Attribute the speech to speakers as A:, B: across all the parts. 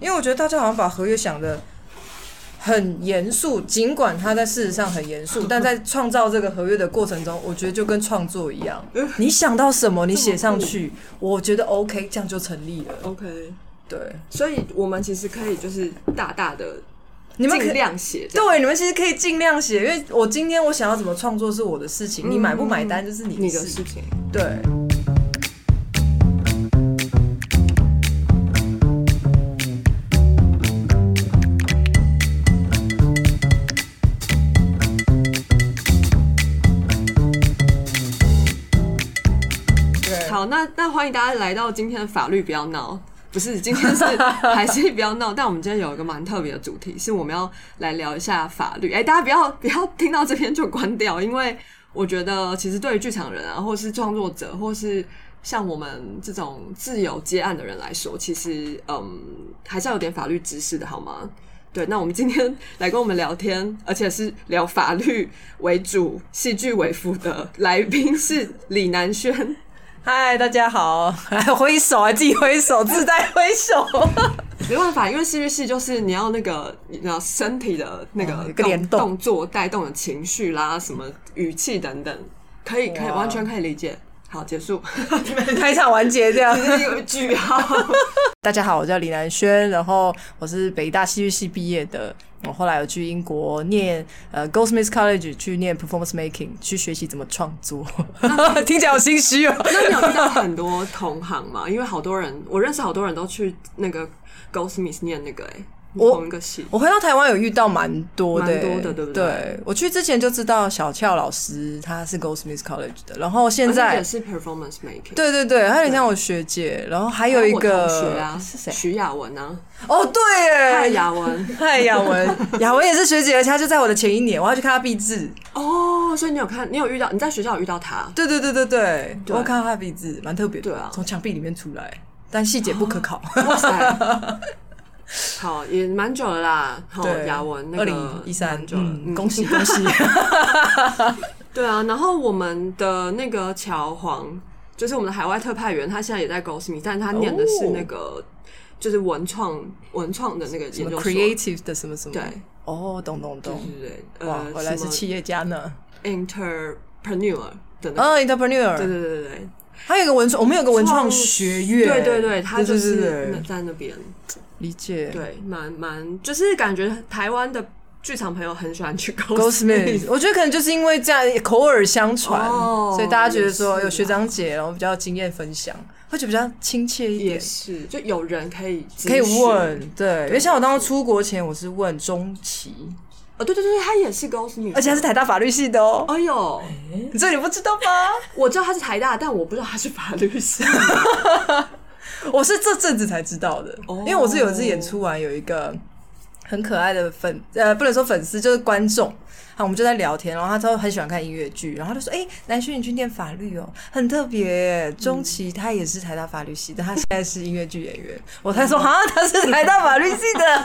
A: 因为我觉得大家好像把合约想的很严肃，尽管它在事实上很严肃，但在创造这个合约的过程中，我觉得就跟创作一 样，你想到什么你写上去，我觉得 OK，这样就成立了。
B: OK，
A: 对，
B: 所以我们其实可以就是大大的
A: 你们可
B: 尽量写这样，
A: 对，你们其实可以尽量写，因为我今天我想要怎么创作是我的事情，你买不买单就是你
B: 嗯你
A: 的
B: 的
A: 事。
B: 事情。
A: 对。对
B: 好，那那欢迎大家来到今天的法律不要闹，不是今天是还是不要闹，但我们今天有一个蛮特别的主题，是我们要来聊一下法律。哎、大家不要不要听到这边就关掉，因为我觉得其实对于剧场人啊，或是创作者，或是像我们这种自由接案的人来说，其实嗯，还是要有点法律知识的，好吗？对，那我们今天来跟我们聊天，而且是聊法律为主、戏剧为辅的来宾是李南轩。
A: 嗨，大家好！ 来挥手啊，自己挥手，自带挥手，
B: 没办法，因为戏剧系就是你要那个，你知道身体的那个
A: 哦有
B: 动
A: 个联动
B: 动作带动的情绪啦，什么语气等等，可以可以
A: 哇
B: 完全可以理解。好，结 束，
A: 开场完结这样。
B: 这是一个句号。
A: 大家好，我叫李南轩，然后我是北大戏剧系毕业的。我后来有去英国念呃 Goldsmiths College 去念 Performance Making，去学习怎么创作， 听起来好心虚哦。
B: 那你有遇到很多同行嘛？因为好多人，我认识好多人都去那个 Goldsmith 念那个、欸，
A: 我
B: 同一个系。
A: 我回到台湾有遇到蛮多的、
B: 蛮多的对不对
A: 我去之前就知道小俏老师他是 Goldsmiths College 的，然后现
B: 而且哦也
A: 在
B: 是 performance making，，
A: 对对对，他有点像我学姐，然后还有一个
B: 学啊，
A: 是谁？
B: 徐雅文啊，
A: 哦，对
B: 蔡
A: 耶，
B: 雅文。
A: 嗨雅文， 雅文也是学姐，而且她就在我的前一年，我要去看她毕制。
B: 哦，所以你有看，你有遇到，你在学校有遇到他，
A: 对对对对对，
B: 对
A: 我看到他鼻子蛮特别的，
B: 对啊哦
A: 从墙壁里面出来，但细节不可 考。
B: 哇塞！ 好，也蛮久了啦。好，
A: 对，
B: 雅文那
A: 二
B: 个
A: 零一三
B: 蛮，久了，
A: 嗯，
B: 嗯
A: 恭喜恭 喜。
B: 对啊。然后我们的那个乔黄，就是我们的海外特派员，他现在也在 Goldsmith，但他念的是那个就是文创文创的那个
A: 哦什么
B: 研究 所。
A: creative 的什么什么？
B: 对，
A: 哦，懂懂懂。
B: 对对对，
A: 哇，
B: 呃，
A: 回来是
B: 什
A: 企业家呢。
B: 么 entrepreneur 的那个，
A: 嗯
B: 对
A: ，entrepreneur，
B: 对对对
A: 还有一个文创，我们有个文创学
B: 对，
A: 院。
B: 对对对，他就
A: 对
B: 是
A: 对
B: 那
A: 对
B: 在那边。
A: 理解。
B: 对，蛮蛮，就是感觉台湾的剧场朋友很喜欢去
A: Goldsmith，我觉得可能就是因为这样口耳相传，
B: 哦
A: 所以大家觉得
B: 也
A: 说
B: 是
A: 有学长姐，然后比较经验分享，会觉得比较亲切一
B: 也
A: 点。
B: 是，就有人可以咨询
A: 可以问，对，因为像我当时出国前，我是问中期，
B: 哦，对对对，他也是 Goldsmith，
A: 而且他是台大法律系的哦，
B: 哎呦，
A: 这你不知道吗？
B: 我知道他是台大，但我不知道他是法律系。
A: 我是这阵子才知道的，
B: 哦
A: 因为我是有一次演出完有一个很可爱的粉，呃，不能说粉丝，就是观众。好，我们就在聊天，然后他都很喜欢看音乐剧，然后他就说：“哎、南轩，你去念法律哦，很特别耶。”钟琪他也是台大法律系的，他现在是音乐剧演员。我才说：“啊，他是台大法律系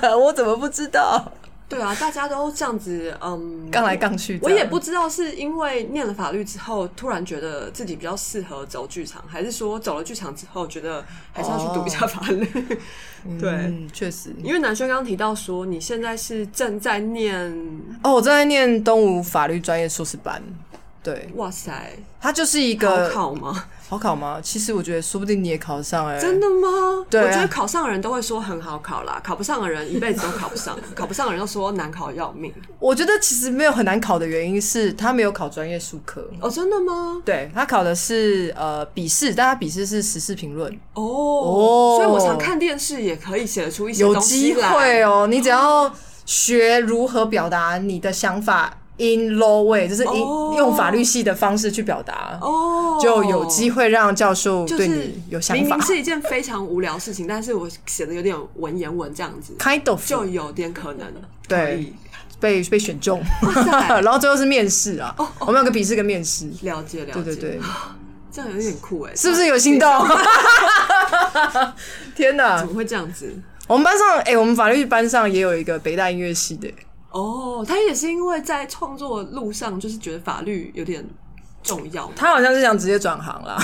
A: 的，我怎么不知 道
B: 对啊，大家都这样子，嗯，？”
A: 杠来杠去，
B: 我也不知道是因为念了法律之后，突然觉得自己比较适合走剧场，还是说走了剧场之后，觉得还是要去读一下法律。 对，
A: 嗯，确实，
B: 因为南轩刚刚提到说，你现在是正在念，
A: 哦，我正在念东吴法律专业硕士班，对，
B: 哇塞，
A: 它就是一
B: 高
A: 个
B: 考吗？
A: 好考吗？其实我觉得说不定你也考得上哎、
B: 真的吗？
A: 对啊
B: 我觉得考上的人都会说很好考啦，考不上的人一辈子都考不上， 考不上的人都说难考要命。
A: 我觉得其实没有很难考的原因是他没有考专业术科，
B: 哦，真的吗？
A: 对他考的是呃笔试，但他笔试是时事评论，
B: 哦，
A: 哦
B: 所以我常看电视也可以写得出一些
A: 有
B: 东西
A: 机
B: 来。
A: 会哦，你只要学如何表达你的想法 in law way，就是 in、
B: 哦
A: 用法律系的方式去表达。
B: 哦，
A: 就有机会让教授
B: 就
A: 对
B: 是
A: 你有想
B: 明
A: 法、
B: 明是一件非常无聊的事情，但是我写的有点文言文这样子，
A: k i n d of
B: 就有点可能可
A: 对
B: 以。
A: 被被选中，
B: 哇塞，
A: 然后最后是面试啊，我们有个笔试跟面试，
B: 了解了解，
A: 对对对，
B: 这样有点酷哎，
A: 是不是有心动？ 天哪
B: 怎！么会这样子？
A: 我们班上，哎、我们法律班上也有一个北大音乐系的，
B: 哦，他也是因为在创作路上，就是觉得法律有点重要。
A: 他好像是想直接转行啦。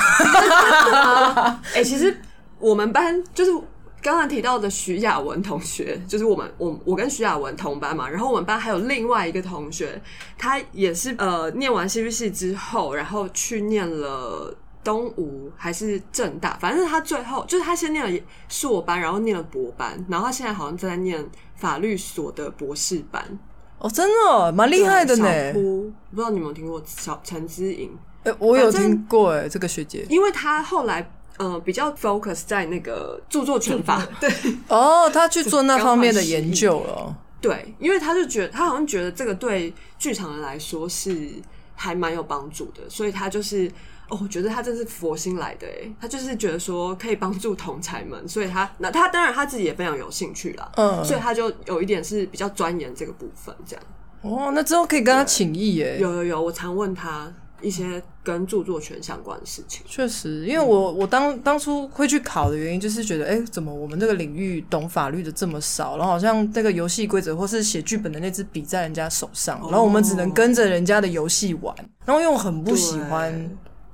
B: 哎、其实我们班就是刚才提到的徐雅文同学，就是呃我们我我跟徐雅文同班嘛，然后我们班还有另外一个同学，他也是呃念完戏剧系之后，然后去念了东吴还是正大，反正他最后就是他先念了硕班，然后念了博班，然后他现在好像正在念法律所的博士班，
A: 哦，真的哦蛮厉害的
B: 对小
A: 呢。
B: 扑不知道你有没有听过小陈之颖，
A: 哎，我有
B: 反正
A: 听过哎，这个学姐。
B: 因为他后来呃比较 focus 在那个著作权法，对。
A: 哦，她去做那
B: 交
A: 方
B: 换
A: 面的
B: 实
A: 研
B: 力
A: 究了。
B: 对，因为他就觉得他好像觉得这个对剧场人来说是还蛮有帮助的，所以他就是哦，我觉得他真是佛心来的哎，他就是觉得说可以帮助同才们，所以他那他当然他自己也非常有兴趣啦，
A: 嗯
B: 所以他就有一点是比较钻研这个部分这样。
A: 哦，那之后可以跟她请益耶。
B: 有有有，我常问他一些跟著作权相关的事情。
A: 确实，因为我
B: 嗯
A: 我当当初会去考的原因，就是觉得，哎、怎么我们这个领域懂法律的这么少？然后好像那个游戏规则或是写剧本的那支笔在人家手上，
B: 哦
A: 然后我们只能跟着人家的游戏玩。然后因为我很不喜欢，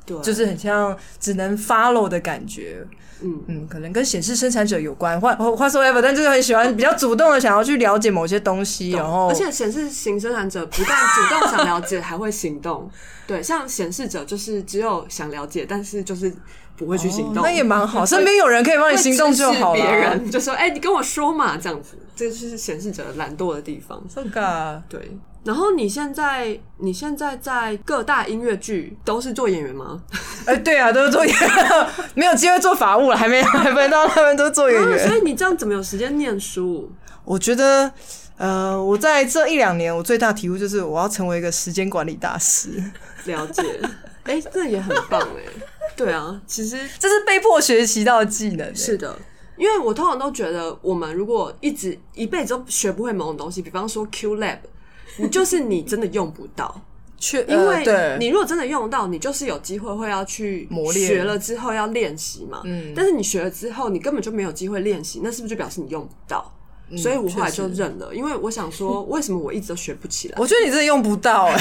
B: 对，对，
A: 就是很像只能 follow 的感觉。
B: 嗯
A: 嗯，可能跟显示生产者有关，话话说 ever，但就是很喜欢比较主动的想要去了解某些东西，然后
B: 而且显示型生产者不但主动想了解，还会行 动。对，像显示者就是只有想了解，但是就是不会去行动。
A: 哦那也蛮好，身边有人可以帮你
B: 会
A: 行动就好
B: 指
A: 了。
B: 示别人就说：“哎、你跟我说嘛。”这样子，这就是显示者懒惰的地方。
A: 这个
B: 对。然后你现在你现在在各大音乐剧都是做演员 吗？
A: 哎、对啊，都是做演员， 没有机会做法务了，还没还没到他们都做演
B: 啊
A: 员。
B: 所以你这样怎么有时间念书？
A: 我觉得，呃，我在这一两年，我最大体悟就是我要成为一个时间管理大师，
B: 了解， 哎、这也很棒哎、对啊，其实
A: 这是被迫学习到的技能、欸
B: 是，的，因为我通常都觉得，我们如果一直一辈子都学不会某种东西，比方说 Q Lab，你就是你真的用不 到，
A: 确
B: 因为
A: 呃、对
B: 你如果真的用到，你就是有机会会要去
A: 磨练
B: 学了之后要练习嘛。嗯，但是你学了之后，你根本就没有机会练习，那是不是就表示你用不到？所以我后来就认了，因为我想说，为什么我一直都学不起来？
A: 我觉得你真的用不到、哎，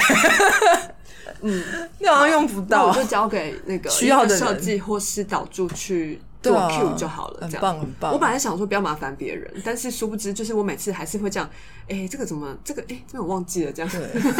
A: 嗯， 你好像用不
B: 那
A: 到
B: 我，就交给那个
A: 需要的人
B: 设计或是导助去做
A: 对啊
B: Q 就好了，
A: 很
B: 这样
A: 棒很棒
B: 我本来想说不要麻烦别人，但是殊不知就是我每次还是会这样，哎、这个怎么这个哎、这个我忘记了，这样
A: 对，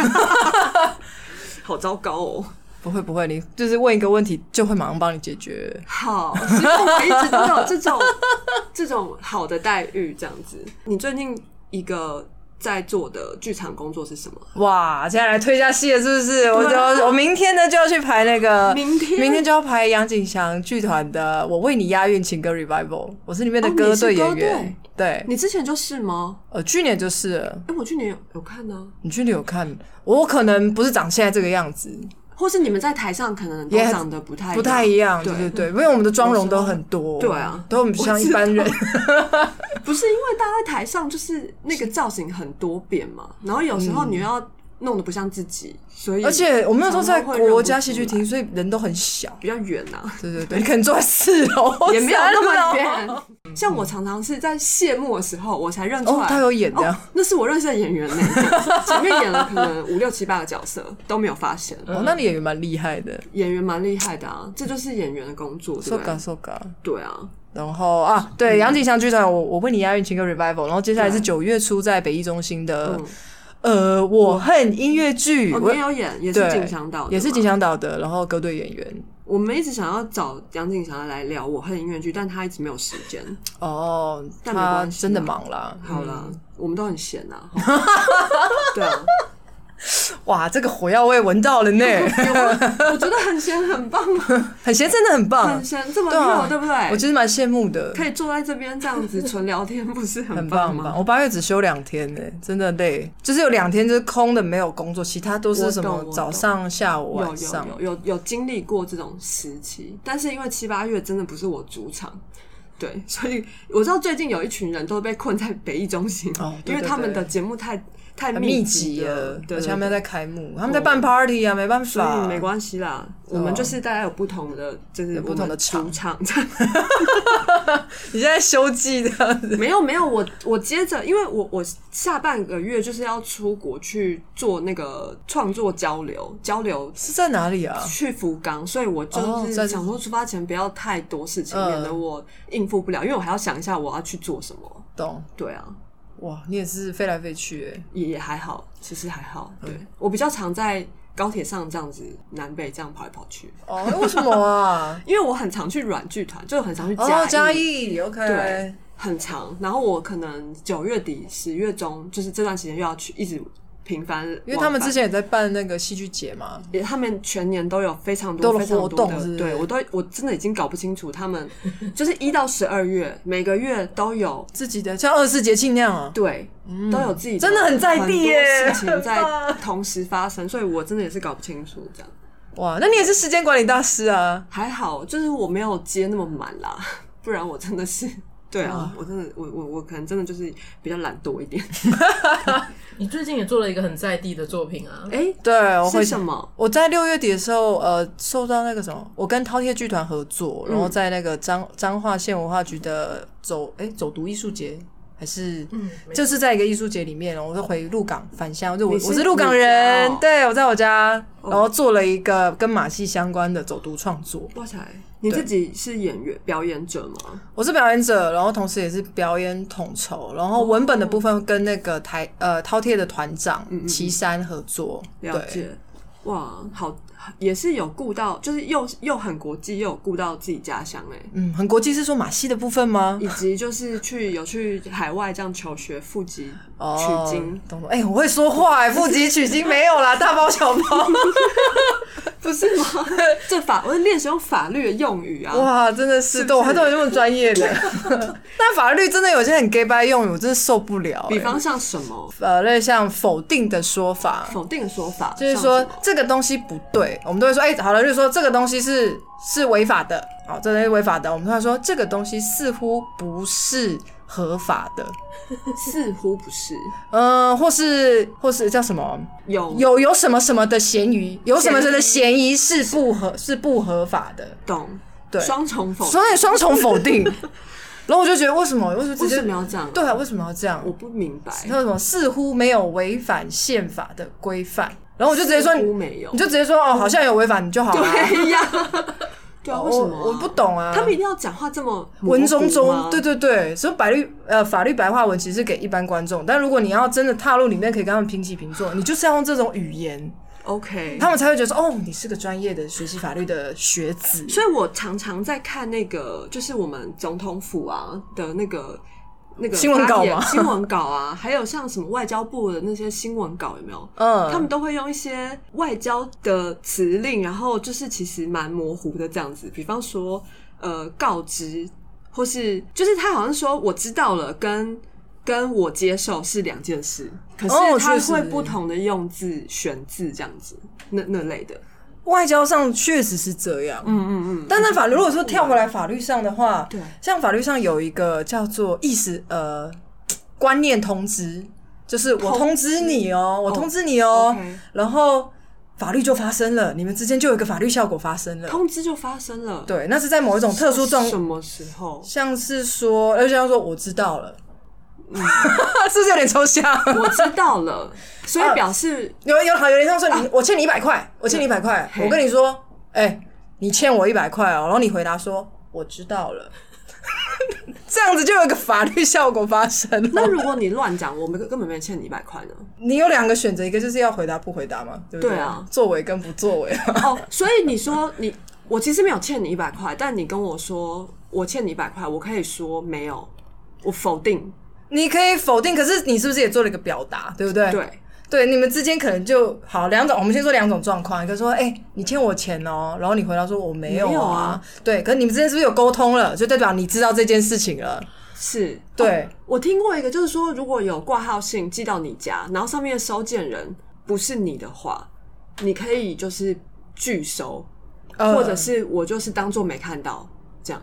B: 好糟糕哦。
A: 不会不会，你就是问一个问题就会马上帮你解决。
B: 好，希望我一直都有这种 这种好的待遇，这样子。你最近一个在做的剧场工作是什么？
A: 哇，接下来推一下戏了，是不是？我就我明天呢就要去排那个，
B: 啊明天
A: 明天就要排杨景祥剧团的《我为你押韵情歌 Revival》，我是里面的
B: 哦
A: 歌
B: 你是
A: 队演
B: 歌
A: 员。对，
B: 你之前就是吗？
A: 呃，去年就是了，
B: 哎、我去年有有看呢、
A: 你去年有看，我可能不是长现在这个样子，
B: 或是你们在台上可能都
A: 也很
B: 长得不太
A: 不太一样，对
B: 对
A: 对对，因为我们的妆容都很多，
B: 对啊
A: 都很不像一 般人，
B: 不是因为大家在台上就是那个造型很多变嘛，然后有时候你又要弄得不像自己，所以
A: 嗯而且我们那时候在
B: 常常会认不
A: 国家戏剧
B: 出来
A: 厅，所以人都很小，
B: 比较远 啊呐、
A: 对对对，你可能坐在四楼，
B: 也没有那么
A: 三楼。
B: 远。像我常常是在谢幕的时候，我才认出来、
A: 哦他有演这样
B: 哦那是我认识的演 员呢、这样子前面演了可能五六七八个角色都没有发现。
A: 哦，那你演员蛮厉害的，
B: 演员蛮厉害的啊，这就是演员的工作，对
A: 说
B: 不
A: 嘎
B: 对？
A: 说嘎。
B: 对啊，
A: 然后啊，对，杨景祥剧团，我我为你押韵情歌 revival，然后接下来是九月初在北艺中心的，呃，我恨音乐剧，
B: 嗯哦，
A: 我
B: 你也有演，也是
A: 对
B: 景祥岛，
A: 也是
B: 景
A: 景。祥岛的，然后歌队演员。
B: 我们一直想要找杨景祥来聊我和音乐剧，但他一直没有时间。
A: 哦，
B: 但没
A: 他
B: 关系
A: 真的
B: 啦
A: 忙啦。
B: 好啦，
A: 嗯
B: 我们都很闲呐、 对啊，
A: 嗯哇，这个火药味闻到 了呢，
B: 有吗我觉得很闲很棒啊，
A: 很闲，真的很棒
B: 很，闲这么
A: 对啊
B: 热，对不
A: 我
B: 对？
A: 其实蛮羡慕的，
B: 可以坐在这边这样子纯聊天，不是很
A: 很棒很棒。
B: 吗？
A: 我八月只休两天呢，真的累，就是有两天就是空的，没有工作，其他都是
B: 我
A: 什
B: 懂
A: 么
B: 我懂
A: 早上、下午、
B: 有
A: 晚
B: 有
A: 上。
B: 有有有经历过这种时期，但是因为七八月真的不是我主场，对， 所以我知道最近有一群人都被困在北艺中心，
A: 哦对
B: 因为
A: 对
B: 他们
A: 对
B: 的节目太太
A: 很密
B: 集
A: 集了，
B: 对
A: 而且
B: 对
A: 他们
B: 对
A: 要在开幕，他们在办 party 啊，没办
B: 所
A: 法，
B: 以没关系啦，我们就是大家有不同的，就是
A: 哦有不同的
B: 我们主场。
A: 你现在休季这样子，
B: 没有没有，我我接着，因为我我下半个月就是要出国去做那个创作交流，交流
A: 是在哪里啊？
B: 去福冈，所以我
A: 哦
B: 就
A: 在
B: 是想说出发前不要太多事情，
A: 嗯
B: 免得我应付不了，因为我还要想一下我要去做什么。
A: 懂
B: 对啊，
A: 哇，你也是飞来飞去哎，
B: 也也还好，其实还好。对、
A: 嗯
B: 我比较常在高铁上这样子南北这样跑来跑去，
A: 哦，那为什么啊？
B: 因为我很常去软剧团，就很常 去
A: 哦，嘉
B: 嘉义
A: 义
B: 对
A: OK，
B: 很长。然后我可能九月底、十月中，就是这段时间又要去，一直频繁往返。
A: 因为他们之前也在办那个戏剧节嘛，
B: 也他们全年都有非常
A: 都有
B: 多非常多
A: 活
B: 的
A: 动是不是
B: 对我都我真的已经搞不清楚他们 就是一到十二月每个月都有
A: 自己的像二十四节气那样啊，
B: 对、都有自己
A: 真的很在地耶
B: 嗯很多事情在
A: 很棒
B: 同时发生，所以我真的也是搞不清楚这样。
A: 哇，那你也是时间管理大师啊，
B: 还好就是我没有接那么满啦， 不然我真的是。对啊，我真的，我我我可能真的就是比较懒惰一点。
C: 你最近也做了一个很在地的作品啊，
B: 哎、
A: 对，我
B: 是
A: 会
B: 什么？
A: 我在六月底的时候，呃，受到那个什么，我跟饕餮剧团合作，然后在那个彰彰化县文化局的走哎走读艺术节，还是
C: 嗯，
A: 就是在一个艺术节里面，然后我就回鹿港返乡，就我
B: 你是
A: 我是鹿港
B: 你
A: 人
B: 家哦，哦
A: 对我在我家，然后做了一个跟马戏相关的走读创作。
B: 哇塞，你自己是演员表演者吗？
A: 我是表演者，然后同时也是表演统筹，然后文本的部分跟那个台
B: 嗯
A: 呃饕餮的团长齐山合作，
B: 了
A: 对。
B: 解，哇，好，也是有顾到，就是又又很国际，又有顾到自己家乡哎、
A: 嗯，很国际是说马戏的部分吗？
B: 以及就是去有去海外这样求学、赴籍、
A: 哦
B: 取经，
A: 懂懂？哎、我会说话哎、腹肌取经没 有啦，大包小包。
B: 不是吗？ 这法我是练使用法律的用语啊，
A: 哇，真的是，对我还都有那么专业的。 但法律真的有些很 gay 掰用语，我真的受不了、
B: 比
A: 哎
B: 方像什么
A: 呃，类似像否定的说法，
B: 否定的说法，
A: 就是
B: 像
A: 说
B: 什么
A: 这个东西不对，我们都会说，哎、好了，就是说这个东西是是违法的，好、这东西违法的，我们都会说这个东西似乎不是合法的，
B: 似乎不是
A: 嗯、或是或是叫什么？
B: 有
A: 有有什么什么的嫌疑，有什么什么的嫌疑是不合是不合法的，
B: 懂
A: 对
B: 双重否定，
A: 所以双重否 定。然后我就觉得为什么为什么直
B: 为
A: 接
B: 什么要这样？
A: 对啊？为什么要这样
B: 我？不明白，
A: 还有什么似乎没有违反宪法的规范？然后我就直接说
B: 似乎
A: 你，
B: 没有
A: 你，就直接说哦，好像有违反你就好了、哦
B: 对呀，啊 对啊，为什
A: 我
B: 么啊
A: 我不懂啊，
B: 他们一定要讲话这么
A: 文绉
B: 模糊
A: 绉，
B: 吗
A: 对对对，所以法律呃法律白话文其实是给一般观众，但如果你要真的踏入里面，可以跟他们平起平坐，你就是要用这种语言，
B: ，OK，
A: 他们才会觉得说哦，你是个专业的学习法律的学子。
B: 所以我常常在看那个，就是我们总统府啊的那个那个
A: 新闻稿吗
B: 发 言新闻稿啊，还有像什么外交部的那些新闻稿，有没有？
A: 嗯，
B: 他们都会用一些外交的词令，然后就是其实蛮模糊的这样子。比方说，呃，告知，或是就是他好像说我知道了，跟跟我接受是两件事，可是
A: 哦
B: 他
A: 确实
B: 会不同的用字、选字这样子，那那类的。
A: 外交上确实是这样，
B: 嗯嗯嗯，
A: 但在法律如果说跳回来法律上的话，
B: 嗯对，
A: 像法律上有一个叫做意识呃观念通知，就是我通知你哦、我通知你哦、
B: OK
A: 然后法律就发生了，你们之间就有一个法律效果发生了。
B: 通知就发生了。
A: 对，那是在某一种特殊状，？
B: 什么时候
A: 像是说，就像说我知道了，
B: 嗯
A: 是不是有点抽象？
B: 我知道了， 所
A: 啊
B: 以表示
A: 有有好有人像说你，
B: 啊
A: 我欠你一百块，我欠你一百块，
B: 嘿
A: 我跟你说，哎、你欠我一百块哦，然后你回答说我知道 了，这样子就有一个法律效果发生了。
B: 那如果你乱讲，我们根本没欠你一百块呢。
A: 你有两个选择，一个就是要回答不回答嘛，对不
B: 对啊
A: 作为跟不作为 啊，
B: 哦，所以你说你我其实没有欠你一百块，但你跟我说我欠你一百块，我可以说没有，我否定。
A: 你可以否定，可是你是不是也做了一个表达，对不对？
B: 对，
A: 对，你们之间可能就好两种，我们先说两种状况，一个说，哎、你欠我钱哦，然后你回答说我没有啊，
B: 没有啊
A: 对，可是你们之间是不是有沟通了，就代表你知道这件事情了，
B: 是。哦
A: 对。
B: 我听过一个，就是说如果有挂号信寄到你家，然后上面的收件人不是你的话，你可以就是拒收，
A: 呃
B: 或者是我就是当做没看到这样。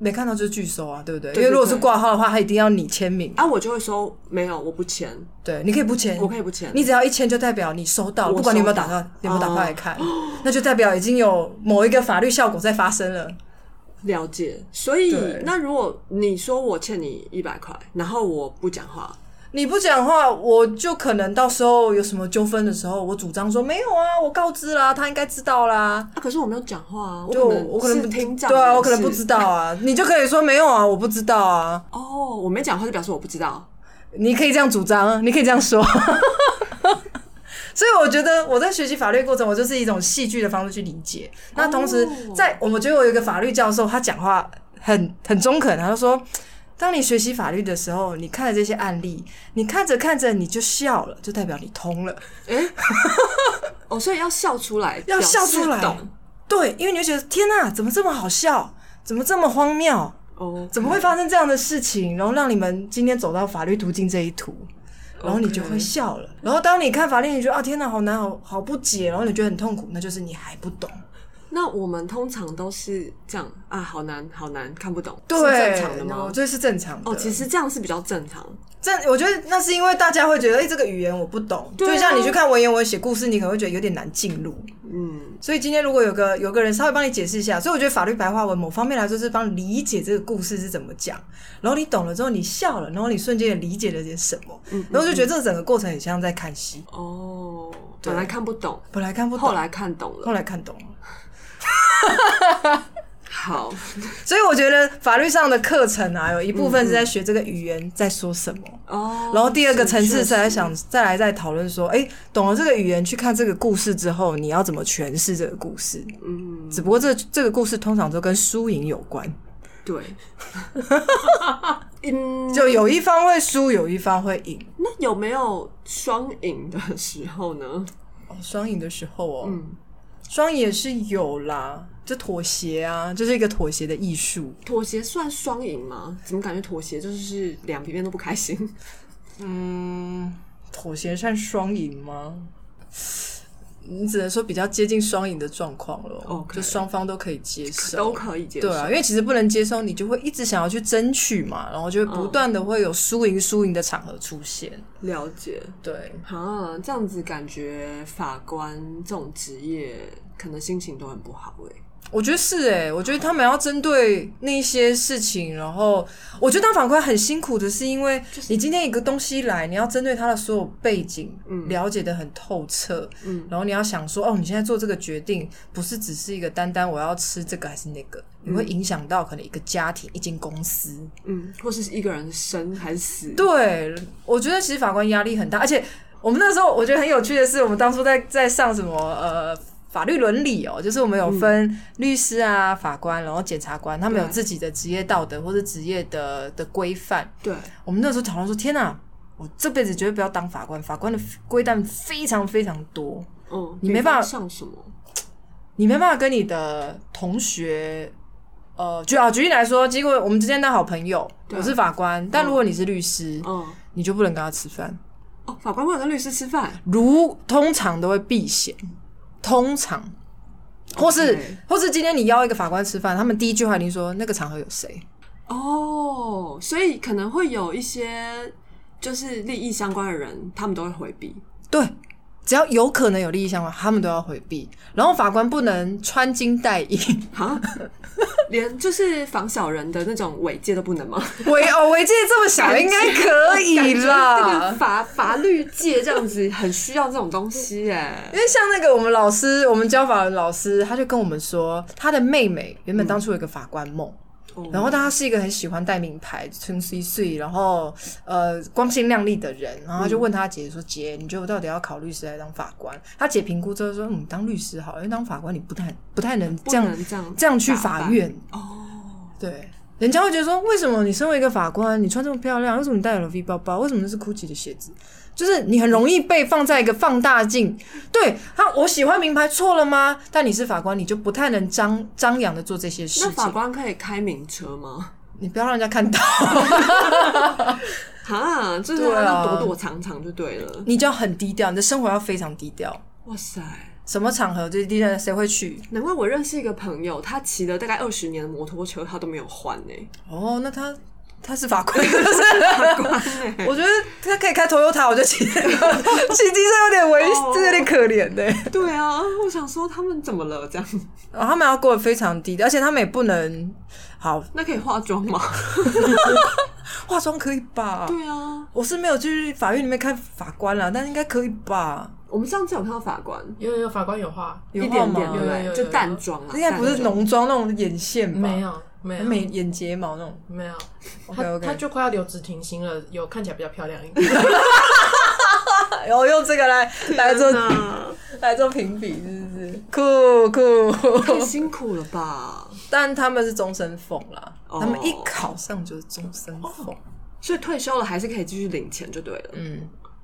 A: 没看到就是拒收啊，对不对？
B: 对
A: 因为如果是
B: 对
A: 挂号的话，他一定要你签名。
B: 啊，我就会说没有，我不签，
A: 对，你可以不签，
B: 我可以不签。
A: 嗯你只要一签就代表你收到，
B: 我
A: 不管你有没有
B: 收
A: 打
B: 到哦
A: 到，你有没有打开来看，那就代表已经有某一个法律效果在发生了。
B: 了解，所以
A: 对
B: 那如果你说我欠你一百块，然后我不讲话，
A: 你不讲话，我就可能到时候有什么纠纷的时候，我主张说没有啊，我告知啦，他应该知道啦。
B: 啊，可是我没有讲话啊，我
A: 就
B: 可能
A: 我可能
B: 是
A: 不
B: 听障
A: 对啊，
B: 人
A: 我可能不
B: 士
A: 知道啊，你就可以说没有啊，我不知道啊，
B: 哦，我没讲话就表示我不知道。
A: 你可以这样主张，你可以这样说。 所以我觉得我在学习法律过程，我就是一种戏剧的方式去理解。那同时
B: 哦
A: 在，我们觉得我有一个法律教授，他讲话很很中肯，他就说，当你学习法律的时候，你看了这些案例，你看着看着你就笑了，就代表你通了。
B: 哦，所以要笑出来，
A: 要
B: 表
A: 笑
B: 示
A: 出来
B: 懂
A: 对，因为你会觉得天呐，怎么这么好笑？怎么这么荒谬？
B: 哦，
A: 怎么会发生这样的事情？然后让你们今天走到法律途径这一途，然后你就会
B: OK
A: 笑了。然后当你看法律，你觉得啊天呐，好难，好好不解，然后你觉得很痛苦，那就是你还不懂。
B: 那我们通常都是这样啊，好难，好难，看不懂，
A: 对，
B: 是正常的
A: 我
B: 吗？
A: 觉得是正常的。
B: 哦，其实这样是比较正常。
A: 正，我觉得那是因为大家会觉得，哎、这个语言我不懂。
B: 对啊
A: 就像你去看文言文写故事，你可能会觉得有点难进入。
B: 嗯，
A: 所以今天如果有个有个人稍微帮你解释一下，所以我觉得法律白话文某方面来说是帮你理解这个故事是怎么讲，然后你懂了之后你笑了，然后你瞬间也理解了点什么，
B: 嗯
A: 然后就觉得这个整个过程很像在看戏，
B: 哦，本来看不懂，
A: 本来看不懂，
B: 后来看懂
A: 后
B: 了。
A: 来看懂了。
B: 好，
A: 所以我觉得法律上的课程啊，有一部分是在学这个语言在说什么，
B: 哦，
A: 然后第二个层次
B: 确
A: 是在
B: 实
A: 想再来再讨论说，哎、懂了这个语言去看这个故事之后，你要怎么诠释这个故事？
B: 嗯，
A: 只不过这这个故事通常都跟输赢有关。
B: 对，嗯，
A: 就有一方会输，有一方会赢。
B: 那有没有双赢的时候呢？
A: 哦，双赢的时候哦，
B: 嗯，
A: 双赢也是有啦，就妥协啊，就是一个妥协的艺术。
B: 妥协算双赢吗？怎么感觉妥协就是两边都不开心？
A: 嗯，妥协算双赢吗？你只能说比较接近双赢的状况了
B: OK
A: 就双方都可以接受，
B: 都可以接受。
A: 对啊，因为其实不能接受，你就会一直想要去争取嘛，然后就会不
B: 嗯
A: 断的会有输赢输赢的场合出现。
B: 了解
A: 对，
B: 啊，这样子感觉法官这种职业可能心情都很不好哎、
A: 我觉得是哎、我觉得他们要针对那些事情，然后我觉得当法官很辛苦的是，因为你今天一个东西来，你要针对他的所有背景，
B: 嗯
A: 了解的很透彻，
B: 嗯
A: 然后你要想说，哦，你现在做这个决定，不是只是一个单单我要吃这个还是那个，你会影响到可能一个家庭、一间公司。
B: 嗯，或是一个人生还是死？
A: 对，我觉得其实法官压力很大，而且我们那时候我觉得很有趣的是，我们当初在在上什么呃法律伦理哦，就是我们有分律师啊、法官，然后检察官，他们有
B: 对
A: 自己的职业道德或者职业的的规范。
B: 对，
A: 我们那时候讨论说，天哪、我这辈子绝对不要当法官，法官的规范非常非常多，
B: 嗯，
A: 你没办法
B: 比方像什么？
A: 你没办法跟你的同学。呃，举啊，举例来说，结果我们之间当好朋友，
B: 对
A: 我是法官，但如果你是律师，
B: 嗯，
A: 你就不能跟他吃饭。
B: 哦，法官会有跟律师吃饭，
A: 如通常都会避嫌，通常，或是
B: OK
A: 或是今天你邀一个法官吃饭，他们第一句话一定说那个场合有谁，
B: 哦，所以可能会有一些就是利益相关的人，他们都会回避。
A: 对，只要有可能有利益相关，他们都要回避。然后法官不能穿金戴银，
B: 啊，连就是防小人的那种违戒都不能吗？
A: 围哦围界这 么小应该可以
B: 感觉这个
A: 啦。
B: 法法律界这样子很需要这种东西哎、
A: 因为像那个我们老师，我们教法的老师，他就跟我们说，他的妹妹原本当初有一个法官梦，
B: 嗯
A: 然后他是一个很喜欢戴名牌、穿 C C，然后呃光鲜亮丽的人，然后他就问他姐说：“姐，你觉得我到底要考律师还是当法官？”他姐评估之后说：“嗯，当律师好，因为当法官你不太不太能
B: 不
A: 这样
B: 能这样
A: 这样去
B: 打扮
A: 法院。
B: 哦，”
A: 对，人家会觉得说：“为什么你身为一个法官，你穿这么漂亮，为什么你戴 LV 包包，为什么是 GUCCI 的鞋子？”就是你很容易被放在一个放大镜，对他，我喜欢名牌错了吗？但你是法官，你就不太能张张扬的做这些事
B: 那
A: 情。
B: 法官可以开名车吗？
A: 你不要让人家看到。
B: 啊，就是
A: 对啊
B: 他就躲躲藏藏就对了。
A: 你就要很低调，你的生活要非常低调。
B: 哇塞，
A: 什么场合最低调？谁会去？
B: 难怪我认识一个朋友，他骑了大概二十年的摩托车，他都没有换呢、
A: 哦，那他他是法官， 是不是？
B: 法官呢、
A: 我觉得他可以开 Toyota，我就骑骑机车有点危，
B: 哦
A: 这有点可怜呢、
B: 对啊，我想说他们怎么了这样？
A: 哦，他们要过得非常低调，而且他们也不能，好，
B: 那可以化妆吗？
A: 化妆可以吧？
B: 对啊，
A: 我是没有去法院里面看法官啦，但应该可以吧？
B: 我们上次有看到法官
C: 有有有法官有话，
A: 有
B: 一
A: 化
B: 点
A: 吗
B: 点，对不
C: 有有有
B: 对？
C: 有
B: 就淡妆啊，
A: 应该不是
B: 淡妆
A: 浓妆那种眼线吧？
C: 没，有没有
A: 眉眼睫毛那种。
C: 没有，他
A: OK
C: 他
A: OK，
C: 就快要留直挺心了，有看起来比较漂亮一 点。
A: 然后哎用这个来来做
B: 天哪
A: 来做评比，是不是？酷酷。
B: 太辛苦了吧？
A: 但他们是终身俸啦，
B: 哦
A: 他们一考上就是终身俸。
B: 所以退休了还是可以继续领钱就对了。
A: 嗯，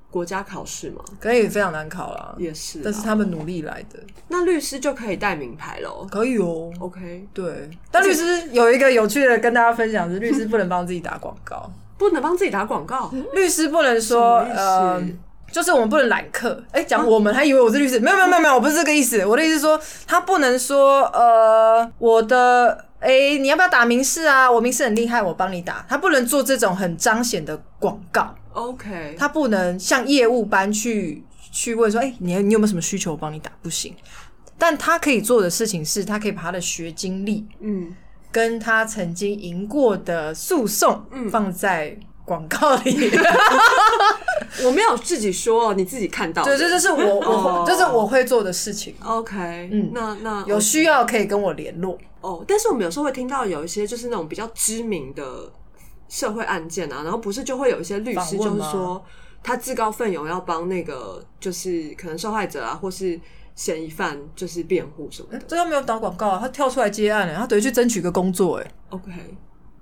B: 国家考试嘛，
A: 可以非常难考啦，
B: 也是啊。
A: 但是他们努力来的，
B: 那律师就可以带名牌喽。
A: 可以哦。
B: OK，
A: 对，但律师有一个有趣的跟大家分享 是，律师不能帮自己打广告，
B: 不能帮自己打广告，
A: 律师不能说
B: 什么意思啊
A: 呃。就是我们不能揽客，哎、讲我们还以为我是律师，没有没有没有没有，我不是这个意思。我的意思是说，他不能说呃，我的哎、你要不要打民事啊？我民事很厉害，我帮你打。他不能做这种很彰显的广告，
B: OK，
A: 他不能像业务般去去问说，哎、你你有没有什么需求，我帮你打，不行。但他可以做的事情是，他可以把他的学经历
B: 嗯，
A: 跟他曾经赢过的诉讼
B: 嗯
A: 放在广告里。
B: 我没有自己说，你自己看到的。
A: 对，这就是我
B: 哦
A: 我这是我会做的事情。
B: OK，
A: 嗯
B: 那那
A: 有需要可以跟我联络。
B: 哦，但是我们有时候会听到有一些就是那种比较知名的社会案件啊，然后不是就会有一些律师
A: 访问
B: 就
A: 吗
B: 是说他自告奋勇要帮那个就是可能受害者啊，或是嫌疑犯就是辩护什么的。
A: 嗯这又没有打广告、啊，他跳出来接案了、他等于去争取个工作、欸，
B: OK，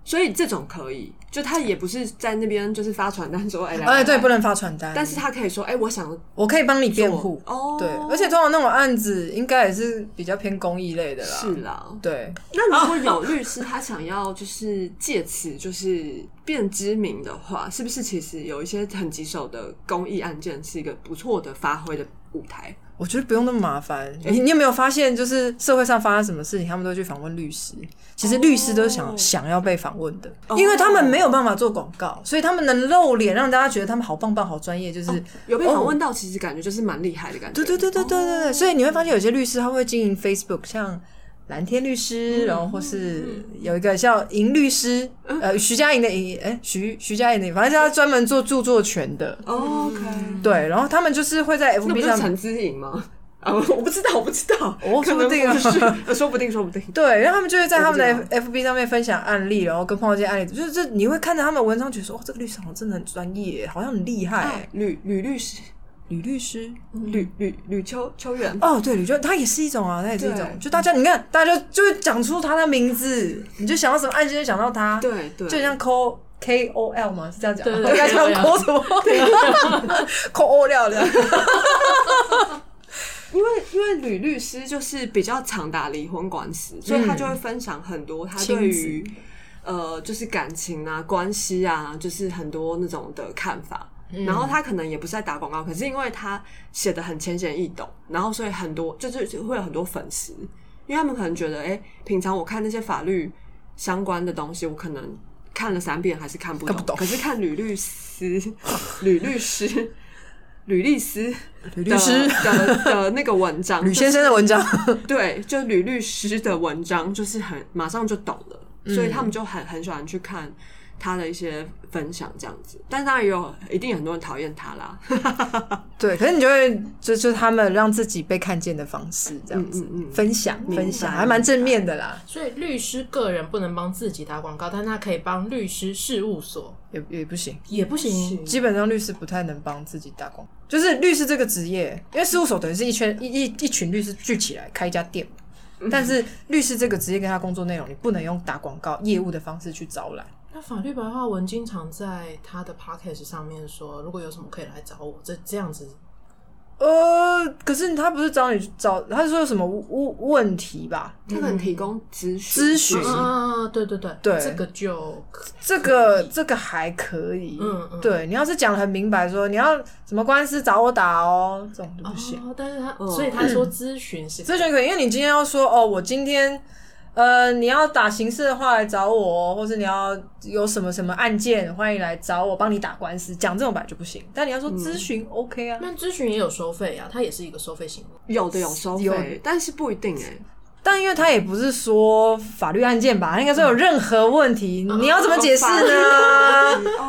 B: 所以这种可以，就他也不是在那边就是发传单说哎，来
A: 哎，对，不，
B: 来来
A: 能发传单，
B: 但是他可以说哎，我想
A: 我可以帮你辩护。
B: 哦，
A: 对，而且通常那种案子应该也是比较偏公益类的啦。
B: 是，啦，
A: 对，
B: 那如果有律师他想要就是借此就是变知名的话，是不是其实有一些很棘手的公益案件是一个不错的发挥的舞台？
A: 我觉得不用那么麻烦。
B: 哎
A: 你你有没有发现，就是社会上发生什么事情，他们都会去访问律师。其实律师都是想、
B: 哦
A: 想要被访问的
B: 哦，
A: 因为他们没有办法做广告，所以他们能露脸，让大家觉得他们好棒棒、好专业，就是、
B: 有被访问到，其实感觉就是蛮厉害的感觉。
A: 对对对对对对对，
B: 哦
A: 所以你会发现有些律师他会经营 Facebook，像蓝天律
B: 嗯
A: 师，然后或是有一个叫银律师，呃，徐佳莹的银，哎，徐徐佳莹的，反正他专门做著作权的，
B: 哦 OK，
A: 对，然后他们就是会在
B: 那不
A: FB
B: 是
A: 上。
B: 陈之颖吗？啊，我我不知道，我不知道，
A: 哦
B: 可
A: 说
B: 能
A: 不定啊
B: 不是，呃说不定，说不定。
A: 对，然后他们就会在他们的
B: 我不
A: F F B 上面分享案例，然后跟碰到这些案例，就是这你会看着他们的文章，觉得说，哦，这个律师好像真的很专业，好像很厉
B: 哦
A: 害。
B: 哎吕吕律师，
A: 女律师，
B: 吕吕吕秋秋远，
A: 哦，对，你就他也是一种啊，他也是一种
B: 对，
A: 就大家你看，大家就就会讲出他的名字，你就想到什么案件就想到他，
B: 对对，
A: 就很像 call K O L 嘛，是这样讲吗，
C: 对对
A: 我
C: 对
A: 感觉 call 什么 call O 料的，
B: 因为因为吕律师就是比较常打离婚官司，所以他就会
A: 嗯
B: 分享很多他对于呃就是感情啊、关系啊，就是很多那种的看
A: 嗯
B: 法。然后他可能也不是在打广告，可是因为他写的很浅显易懂，然后所以很多就是就会有很多粉丝，因为他们可能觉得，哎、平常我看那些法律相关的东西，我可能看了三遍还是看不懂，
A: 看不懂
B: 可是看吕律师、吕律师、吕律师、
A: 吕
B: 的
A: 律师、
B: 的的那个文章，
A: 吕先生的文章，
B: 就是对，就吕律师的文章，就是很马上就懂了，所以他们就很很喜欢去看他的一些分享这样子。但当然也有一定很多人讨厌他啦，
A: 对，可是你就会就就是他们让自己被看见的方式，这样子
B: 嗯嗯嗯
A: 分享
B: 明白
A: 分享，还蛮正面的啦，
C: 所以律师个人不能帮自己打广告，但他可以帮律师事务所，
A: 也也不行。
C: 也不行。
A: 基本上律师不太能帮自己打工，就是律师这个职业，因为事务所等于是一圈一一一群律师聚起来开一家店嘛，但是律师这个职业跟他工作内容，你不能用打广告业务的方式去招揽。
C: 那法律白话文经常在他的 podcast 上面说，如果有什么可以来找我，这这样子
A: 呃，可是他不是找你找，他是说什么问问题吧？
B: 他可能提供咨询
A: 咨询
C: 嗯嗯嗯，对对对，
A: 对
C: 这个就可
A: 这个这个还可以，
C: 嗯嗯
A: 对你要是讲得很明白说你要什么官司找我打哦，这种就不行。
C: 哦，但嗯是他
B: 嗯
C: 所以他说咨询是
A: 咨询可以，因为你今天要说哦，我今天呃，你要打刑事的话来找我哦，或是你要有什么什么案件，欢迎来找我帮你打官司，讲这种本来就不行。但你要说咨询、OK 啊，
C: 那咨询也有收费啊，它也是一个收费行为。
B: 有的有收
A: 有
B: 费，但是不一定哎、
A: 但因为他也不是说法律案件吧，他应该说有任何问题，你要怎么解释呢？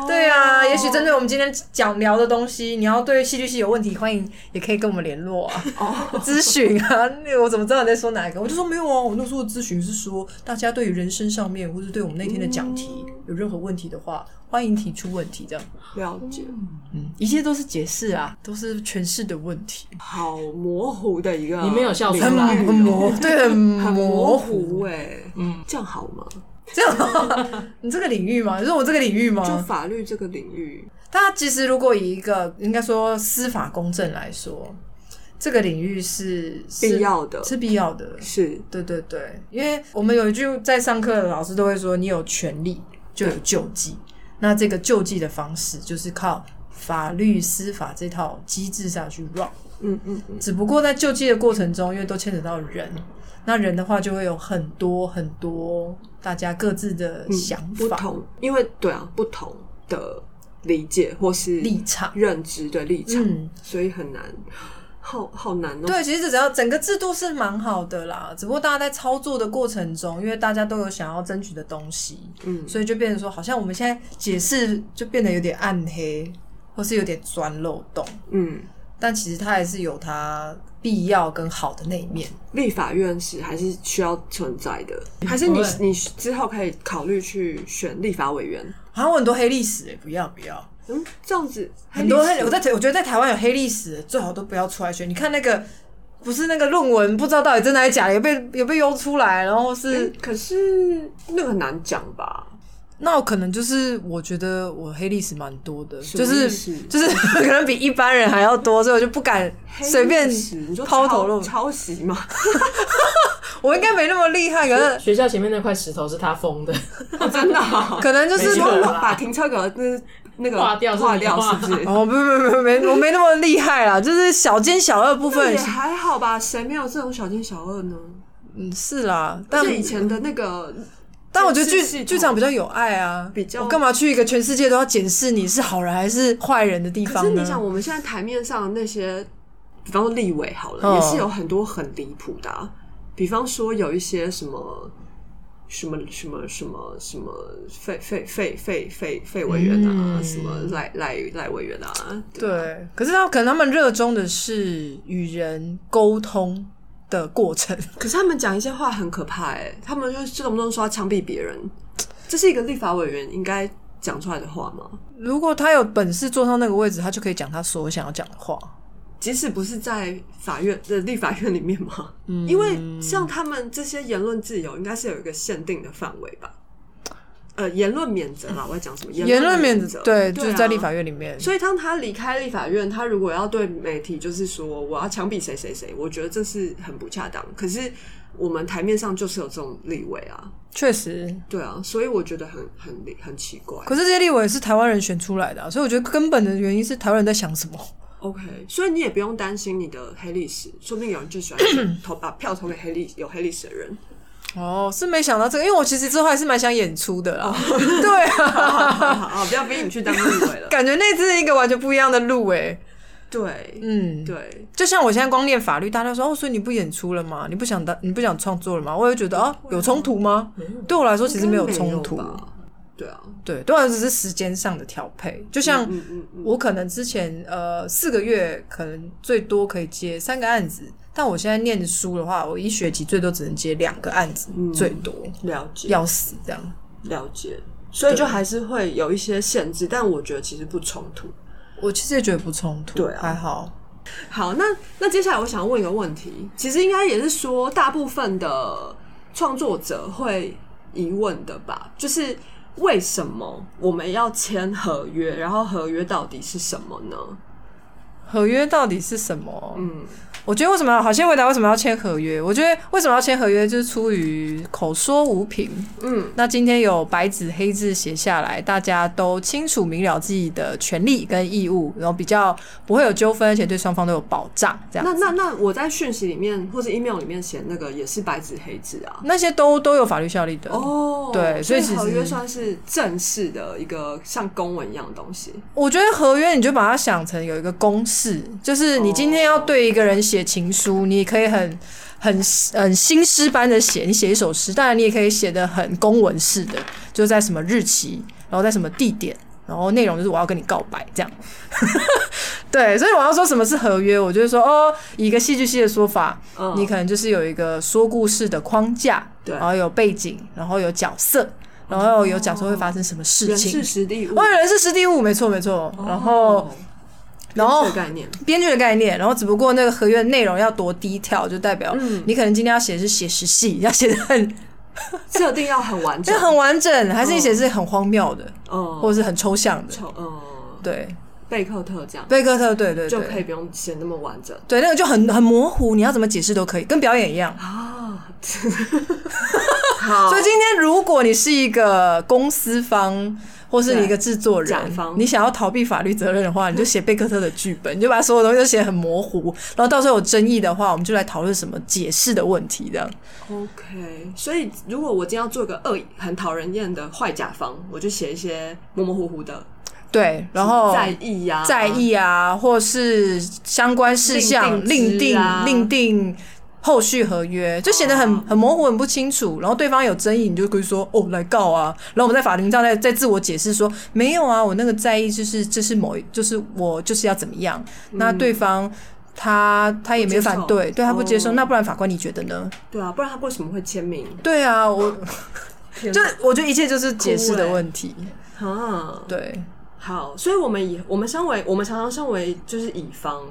A: 对
B: 哦
A: 啊，也许针对我们今天讲聊的东西，你要对戏剧系有问题，欢迎也可以跟我们联络啊，
B: 哦
A: 咨询啊。那我怎么知道你在说哪个？我就说没有啊，我那时候的咨询是说，大家对于人生上面，或是对我们那天的讲题有任何问题的话，欢迎提出问题，这样，
B: 了解，
A: 嗯，一切都是解释啊，都是诠释的问题，
B: 好模糊的一个，
C: 你没有笑出来
A: 很
C: 啦
A: 很 模，对，哎很
B: 很
A: 模
B: 模
A: 糊。
B: 糊哎，嗯，这样好吗？
A: 这样吗？ 你这个领域吗？你说我这个领域
B: 就
A: 吗？
B: 法律这个领域，
A: 它其实如果以一个应该说司法公正来说，这个领域是是
B: 必要的
A: 是必要的。
B: 是
A: 对对对，因为我们有一句在上课的老师都会说，你有权利就有救济。那这个救济的方式就是靠法律司法这套机制下去 run。
B: 嗯嗯嗯，
A: 只不过在救济的过程中，因为都牵扯到人，那人的话就会有很多很多大家各自的想
B: 不
A: 法、
B: 同，因为对啊，不同的理解或是
A: 立场。
B: 认知对立场，
A: 嗯，
B: 所以很难，好好难哦。
A: 对，其实只要整个制度是蛮好的啦，只不过大家在操作的过程中，因为大家都有想要争取的东西，
B: 嗯，
A: 所以就变成说，好像我们现在解释就变得有点暗黑，或是有点钻漏洞，
B: 嗯，
A: 但其实它还是有它必要跟好的那一面。
B: 立法院是还是需要存在的，
A: 嗯
B: 还是你
C: 对
B: 你之后可以考虑去选立法委员？
A: 好像我很多黑历史、欸，不要不要，
B: 嗯，这样子
A: 很多
B: 还
A: 黑，我在我觉得在台湾有黑历史，最好都不要出来选。你看那个。不是那个论文，不知道到底真的还是假的，有被有被揪出来，然后是、
B: 可是那个很难讲吧？
A: 那我可能就是我觉得我黑历史蛮多的，
B: 什么
A: 就
B: 意
A: 是
B: 思
A: 就是 可能比一般人还要多，所以我就不敢随便
B: 黑历史你说
A: 抛
B: 抄
A: 头露。
B: 抄袭吗？
A: 我应该没那么厉害，可是
C: 学校前面那块石头是他封的，
B: 真的啊、
A: 可能就
C: 没
A: 是
C: 事
A: 我
C: 对啦
B: 把停车格那那个
C: 划掉是不是
B: 划掉是不是？
A: 哦不不不 没我没那么厉害啦，就是小奸小恶部
B: 那
A: 分
B: 也，还好吧，谁没有这种小奸小恶呢？
A: 嗯是啦，但嗯
B: 但以前的那个，
A: 但我觉得
B: 监视系
A: 剧
B: 统
A: 剧场比较有爱啊，
B: 比较
A: 我干嘛去一个全世界都要检视你是好人还是坏人的地
B: 可
A: 方
B: 是
A: 呢
B: 你？想，我们现在台面上的那些，比方说立委好了，
A: 嗯
B: 也是有很多很离谱的啊、比方说有一些什么。什么什么什么什么废废废废废废委员啊，
A: 嗯
B: 什么赖赖赖委员啊，
A: 对，可是他可能他们热衷的是与人沟通的过程。
B: 可是他们讲一些话很可怕哎、他们就是动不动说要枪毙别人，这是一个立法委员应该讲出来的话吗？
A: 如果他有本事坐上那个位置，他就可以讲他所想要讲的话。
B: 即使不是在法院的立法院里面吗？嗯，因为像他们这些言论自由，应该是有一个限定的范围吧？呃，言论免责啦，我在讲什么？
A: 言论免
B: 责，
A: 对，
B: 啊
A: 就是在立法。院里面。
B: 所以，当他离开立法院，他如果要对媒体就是说我要枪毙谁谁谁，我觉得这是很不恰当。可是我们台面上就是有这种立委啊，
A: 确实，
B: 对啊，所以我觉得很很离很奇怪。
A: 可是这些立委是台湾人选出来的啊、所以我觉得根本的原因是台湾人在想什么。
B: OK，所以你也不用担心你的黑历史，说不定有人就喜欢投把票投给黑历有黑历史的人。
A: 哦，是没想到这个，因为我其实之后还是蛮想演出的啦。 对啊，
B: 啊，不要逼你去当立委了。
A: 感觉那是一个完全不一样的路诶、
B: 对，
A: 嗯，
B: 对，
A: 就像我现在光念法律，大家都说哦，所以你不演出了吗？你不想当，你不想创作了吗？我也觉得哦，有冲突吗？对我来说其实没有冲突
B: 应该，没有吧。对啊，
A: 对，对我来说只是时间上的调配。就像
B: 嗯嗯嗯，
A: 我可能之前呃四个月可能最多可以接三个案子，但我现在念书的话，我一学期最多只能接两个案子，
B: 嗯
A: 最多
B: 了解，
A: 要死这样。
B: 了解。所以就还是会有一些限制，但我觉得其实不冲突。
A: 我其实也觉得不冲突，
B: 对啊
A: 还好。
B: 好，那那接下来我想问一个问题，其实应该也是说大部分的创作者会疑问的吧，就是为什么我们要签合约，然后合约到底是什么呢？
A: 合约到底是什么？
B: 嗯，
A: 我觉得为什么要好先回答为什么要签合约？我觉得为什么要签合约，就是出于口说无凭。
B: 嗯，
A: 那今天有白纸黑字写下来，大家都清楚明了自己的权利跟义务，然后比较不会有纠纷，而且对双方都有保障。这样
B: 那那那我在讯息里面或是 email 里面写那个也是白纸黑字啊。
A: 那些都都有法律效力的。
B: 哦，
A: 嗯对所
B: 所
A: 以其实
B: 合约算是正式的一个像公文一样的东西。
A: 我觉得合约你就把它
B: 哦
A: 想成有一个公式，就是你今天要对一个人写情书，你可以很。很很新诗般的写，你写一首诗，当然你也可以写的很公文式的，就在什么日期，然后在什么地点，然后内容就是我要跟你告白这样。 对，所以我要说什么是合约，我就是说哦，以一个戏剧系的说法，
B: 嗯
A: 你可能就是有一个说故事的框架，
B: 对
A: 然后有背景，然后有角色，然后有角色会发生什么事
B: 人
A: 情
B: 事。实地物
A: 外，人是实地物，没错没错。然后
B: 哦
A: 然后
B: 这个概念，
A: 编剧的概念，然后只不过那个合约内容要多低调，就代表
B: 嗯
A: 你可能今天要写的是写实戏，要写的 很
B: 设定要很完 整
A: 就，很完整，还是你写的是很荒谬的，
B: 嗯，
A: 或者是很抽象的。
B: 丑嗯，
A: 对，
B: 贝克特这样
A: 贝克特，对对
B: 就可
A: 对，
B: 以不用写那么完整
A: 对那个就很很模糊，你要怎么解释都可以，跟表演一样。
B: 啊。好
A: 所以今天如果你是一个公司方。或是你一个制作人
B: 甲方，
A: 你想要逃避法律责任的话，你就写贝克特的剧本，你 就把所有东西都写得很模糊，然后到时候有争议的话，我们就来讨论什么解释的问题，这样。
B: OK，所以如果我今天要做个恶很讨人厌的坏甲方，我就写一些模模糊糊的，
A: 对，然后
B: 在意呀、
A: 在意啊，或是相关事项
B: 另
A: 另
B: 定之
A: 定
B: 啊
A: 另定后续合约，就显得很
B: 哦
A: 很模糊、很不清楚。然后对方有争议，你就可以说哦来告啊。然后我们在法庭上再再自我解释说没有啊，我那个在意就是这是某一就是我就是要怎么样。那对方他他也没反
B: 嗯不接
A: 对，
B: 受
A: 对他不接受，
B: 哦
A: 那不然法官你觉得呢？
B: 对啊，不然他为什么会签名？
A: 对啊，我
B: 天
A: 就
B: 哪
A: 我觉得一切就是解释
B: 哭
A: 的
B: 欸
A: 问题。
B: 啊，
A: 对，
B: 好，所以我们以我们身为我们常常身为就是乙方，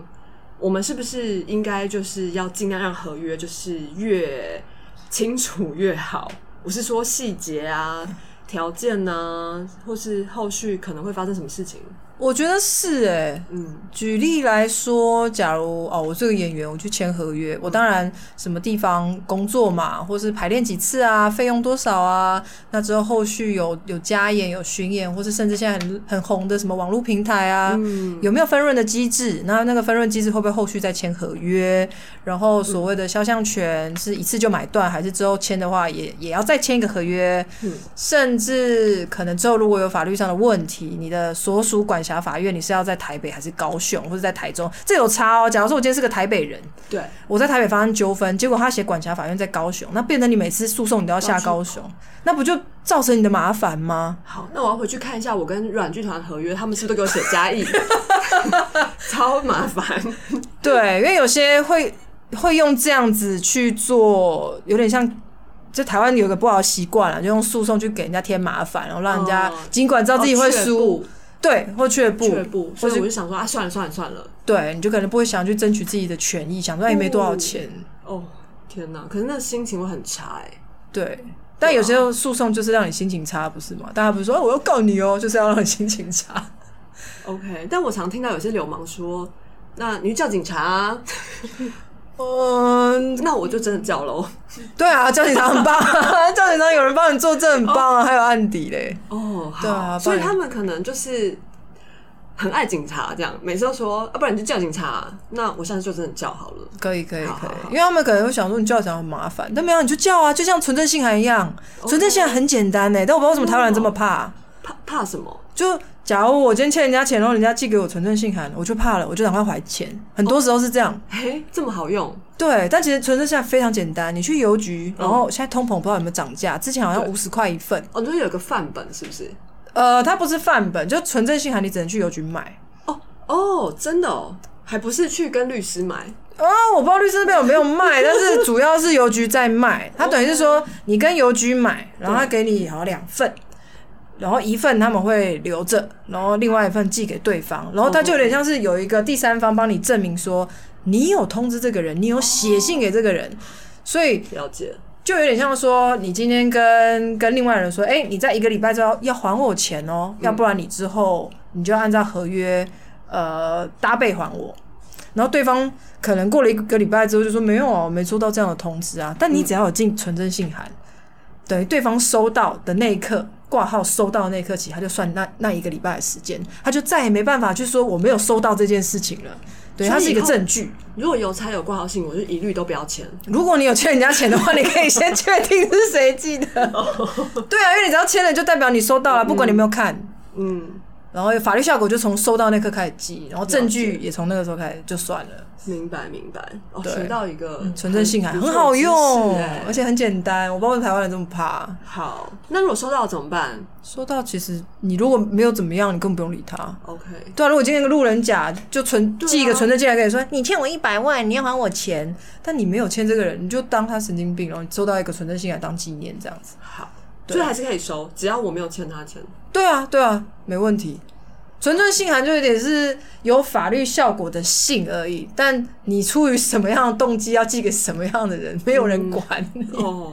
B: 我们是不是应该就是要尽量让合约就是越清楚越好？我是说细节啊、条件呢、啊，或是后续可能会发生什么事情？
A: 我觉得是哎、
B: 嗯，
A: 举例来说，假如哦，我这个演员我去签合约，我当然什么地方工作嘛，或是排练几次啊，费用多少啊，那之后后续有有加演、有巡演，或是甚至现在很很红的什么网络平台啊，
B: 嗯
A: 有没有分润的机制？那那个分润机制会不会后续再签合约？然后所谓的肖像权是一次就买断，还是之后签的话也也要再签一个合约？
B: 嗯
A: 甚至可能之后如果有法律上的问题，你的所属管辖法院你是要在台北还是高雄或者在台中？这有差哦。假如说我今天是个台北人，
B: 对，
A: 我在台北发生纠纷，结果他写管辖法院在高雄，那变成你每次诉讼你都要下高雄，那不就造成你的麻烦吗？
B: 好，那我要回去看一下我跟软剧团合约，他们是不是都给我写加义， 超麻烦。
A: 对，因为有些会会用这样子去做，有点像。就台湾有个不好的习惯了，就用诉讼去给人家添麻烦，然后让人家
B: 哦
A: 尽管知道自己会输，
B: 哦，
A: 对，或却步，
B: 却步，却步所
A: 或
B: 以我
A: 是
B: 就想说啊，算了算了算了。
A: 对，你就可能不会想去争取自己的权益，想说也没多少钱，
B: 哦，天哪！可是那心情会很差哎、
A: 对。啊但有时候诉讼就是让你心情差，不是吗？大家不是说、哦我要告你哦，就是要让你心情差。
B: OK，但我常听到有些流氓说，那你去叫警察、啊，
A: 嗯，
B: 那我就真的叫喽。
A: 对啊，叫警察很棒，啊 叫警察有人帮你作证很棒啊，还有案底嘞。
B: 哦，好
A: 对啊
B: 所以
A: 不然
B: 他们可能就是很爱警察这样，每次都说，啊，不然你就叫警察，那我下次就真的叫好了。
A: 可以可以
B: 好
A: 可
B: 好好
A: 以，因为他们可能会想说你叫小孩很麻烦，但没有你就叫啊，就像存证信函一样，存证信函很简单呢、欸但我不知道为什么台湾人这么怕。
B: 怕怕什么？
A: 就假如我今天欠人家钱，然后人家寄给我存证信函，我就怕了，我就赶快还钱。很多时候是这样，
B: 嘿，这么好用？
A: 对。但其实存证信函非常简单，你去邮局，然后现在通膨不知道有没有涨价，之前好像
B: 对
A: 五十块一份。
B: 哦，你说有个范本是不是？
A: 呃，它不是范本，就存证信函你只能去邮局买。
B: 哦哦，真的哦，还不是去跟律师买
A: 啊、我不知道律师那边有没有卖，但是主要是邮局在卖。它等于是说，你跟邮局买，然后他给你好像两份，然后一份他们会留着，然后另外一份寄给对方，然后他就有点像是有一个第三方帮你证明说你有通知这个人，你有写信给这个人，所以
B: 了解。
A: 就有点像说，你今天跟跟另外人说，哎、你在一个礼拜之后要还我钱哦，
B: 嗯
A: 要不然你之后你就按照合约呃搭配还
B: 嗯
A: 我。然后对方可能过了一个礼拜之后就说没有啊，我没收到这样的通知啊。但你只要有进存真信函，等于对方收到的那一刻挂号收到的那一刻起，他就算那那一个礼拜的时间，他就再也没办法去说我没有收到这件事情了。对，
B: 所以
A: 它是一个
B: 以后
A: 证据。
B: 如果邮差有挂号信，我就一律都不要签。
A: 如果你有欠人家钱的话，你可以先确定是哦嗯谁寄的。对啊，因为你只要签了，就代表你收到了，不管你有没有看。
B: 嗯，
A: 然后法律效果就从收到那刻开始记，然后证
B: 了
A: 据
B: 解
A: 也从那个时候开始就算了，
B: 明白明白，哦，
A: 对
B: 学到一个
A: 存证信函
B: 很
A: 很好用，而
B: 而且
A: 且很简单，我不知道为什么台湾人这么怕。
B: 好。那如果收到怎么办
A: 收到其实你如果没有怎么样，你根本不用理他。
B: ？OK，
A: 对啊，如果今天那个路人甲就存
B: 对啊
A: 寄一个存证进来跟你说，你欠我一百万，你要还我钱，但你没有欠这个人，你就当他神经病，然后你收到一个存证信函当纪念这样子。
B: 好，
A: 对
B: 所以还是可以收，只要我没有欠他钱。
A: 对啊，对啊，没问题。存证信函就有点是有法律效果的信而已，但你出于什么样的动机要寄给什么样的人，没有人管。
B: 哦，